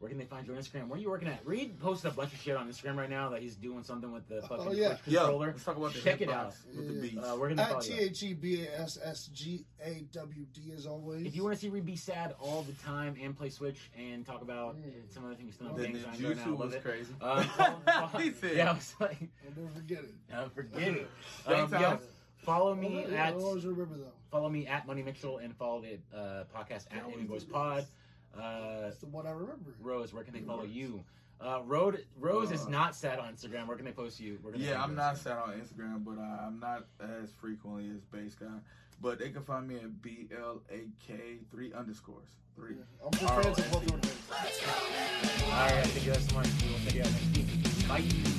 [SPEAKER 1] where can they find you on Instagram? Where are you working at? Reed posted a bunch of shit on Instagram right now that he's doing something with the fucking
[SPEAKER 2] Oh, yeah.
[SPEAKER 1] Twitch
[SPEAKER 3] Yo,
[SPEAKER 1] controller.
[SPEAKER 3] let's talk about the
[SPEAKER 1] check it out.
[SPEAKER 3] hitbox with the beats.
[SPEAKER 1] Uh, where can they
[SPEAKER 2] At
[SPEAKER 1] follow
[SPEAKER 2] T
[SPEAKER 1] you?
[SPEAKER 2] H E B A S S G A W D as
[SPEAKER 3] E.
[SPEAKER 2] always.
[SPEAKER 1] If you want to see Reed be sad all the time and play Switch and talk about uh, some other things, some
[SPEAKER 3] Mm. the
[SPEAKER 1] things I'm doing now, I
[SPEAKER 3] ninjutsu
[SPEAKER 1] love
[SPEAKER 3] was
[SPEAKER 1] it.
[SPEAKER 3] crazy.
[SPEAKER 1] Um, follow- follow-
[SPEAKER 3] He said-
[SPEAKER 1] yeah, I was like,
[SPEAKER 2] I'll never forget it.
[SPEAKER 1] uh, forget it. Um,
[SPEAKER 3] Thanks,
[SPEAKER 1] yo,
[SPEAKER 3] Alex.
[SPEAKER 1] follow
[SPEAKER 2] I'll
[SPEAKER 1] me
[SPEAKER 2] never-
[SPEAKER 1] at
[SPEAKER 2] I'll always remember though.
[SPEAKER 1] follow me at Money Mitchell and follow the uh, podcast at Amy Boys Pod. Uh,
[SPEAKER 2] That's the one I remember.
[SPEAKER 1] Rose, where can they follow you? Uh, Road, Rose is not sad on Instagram. Where can they post you? Where can they
[SPEAKER 3] Uh, Yeah,
[SPEAKER 1] find
[SPEAKER 3] I'm
[SPEAKER 1] you?
[SPEAKER 3] not sad on Instagram, but I, I'm not as frequently as Bass Guy. But they can find me at B L A K three underscores three.
[SPEAKER 2] I'm just fans of both
[SPEAKER 3] R-O-S-E.
[SPEAKER 2] of them.
[SPEAKER 1] All right, thank you guys so much. We will see you next week. Bye.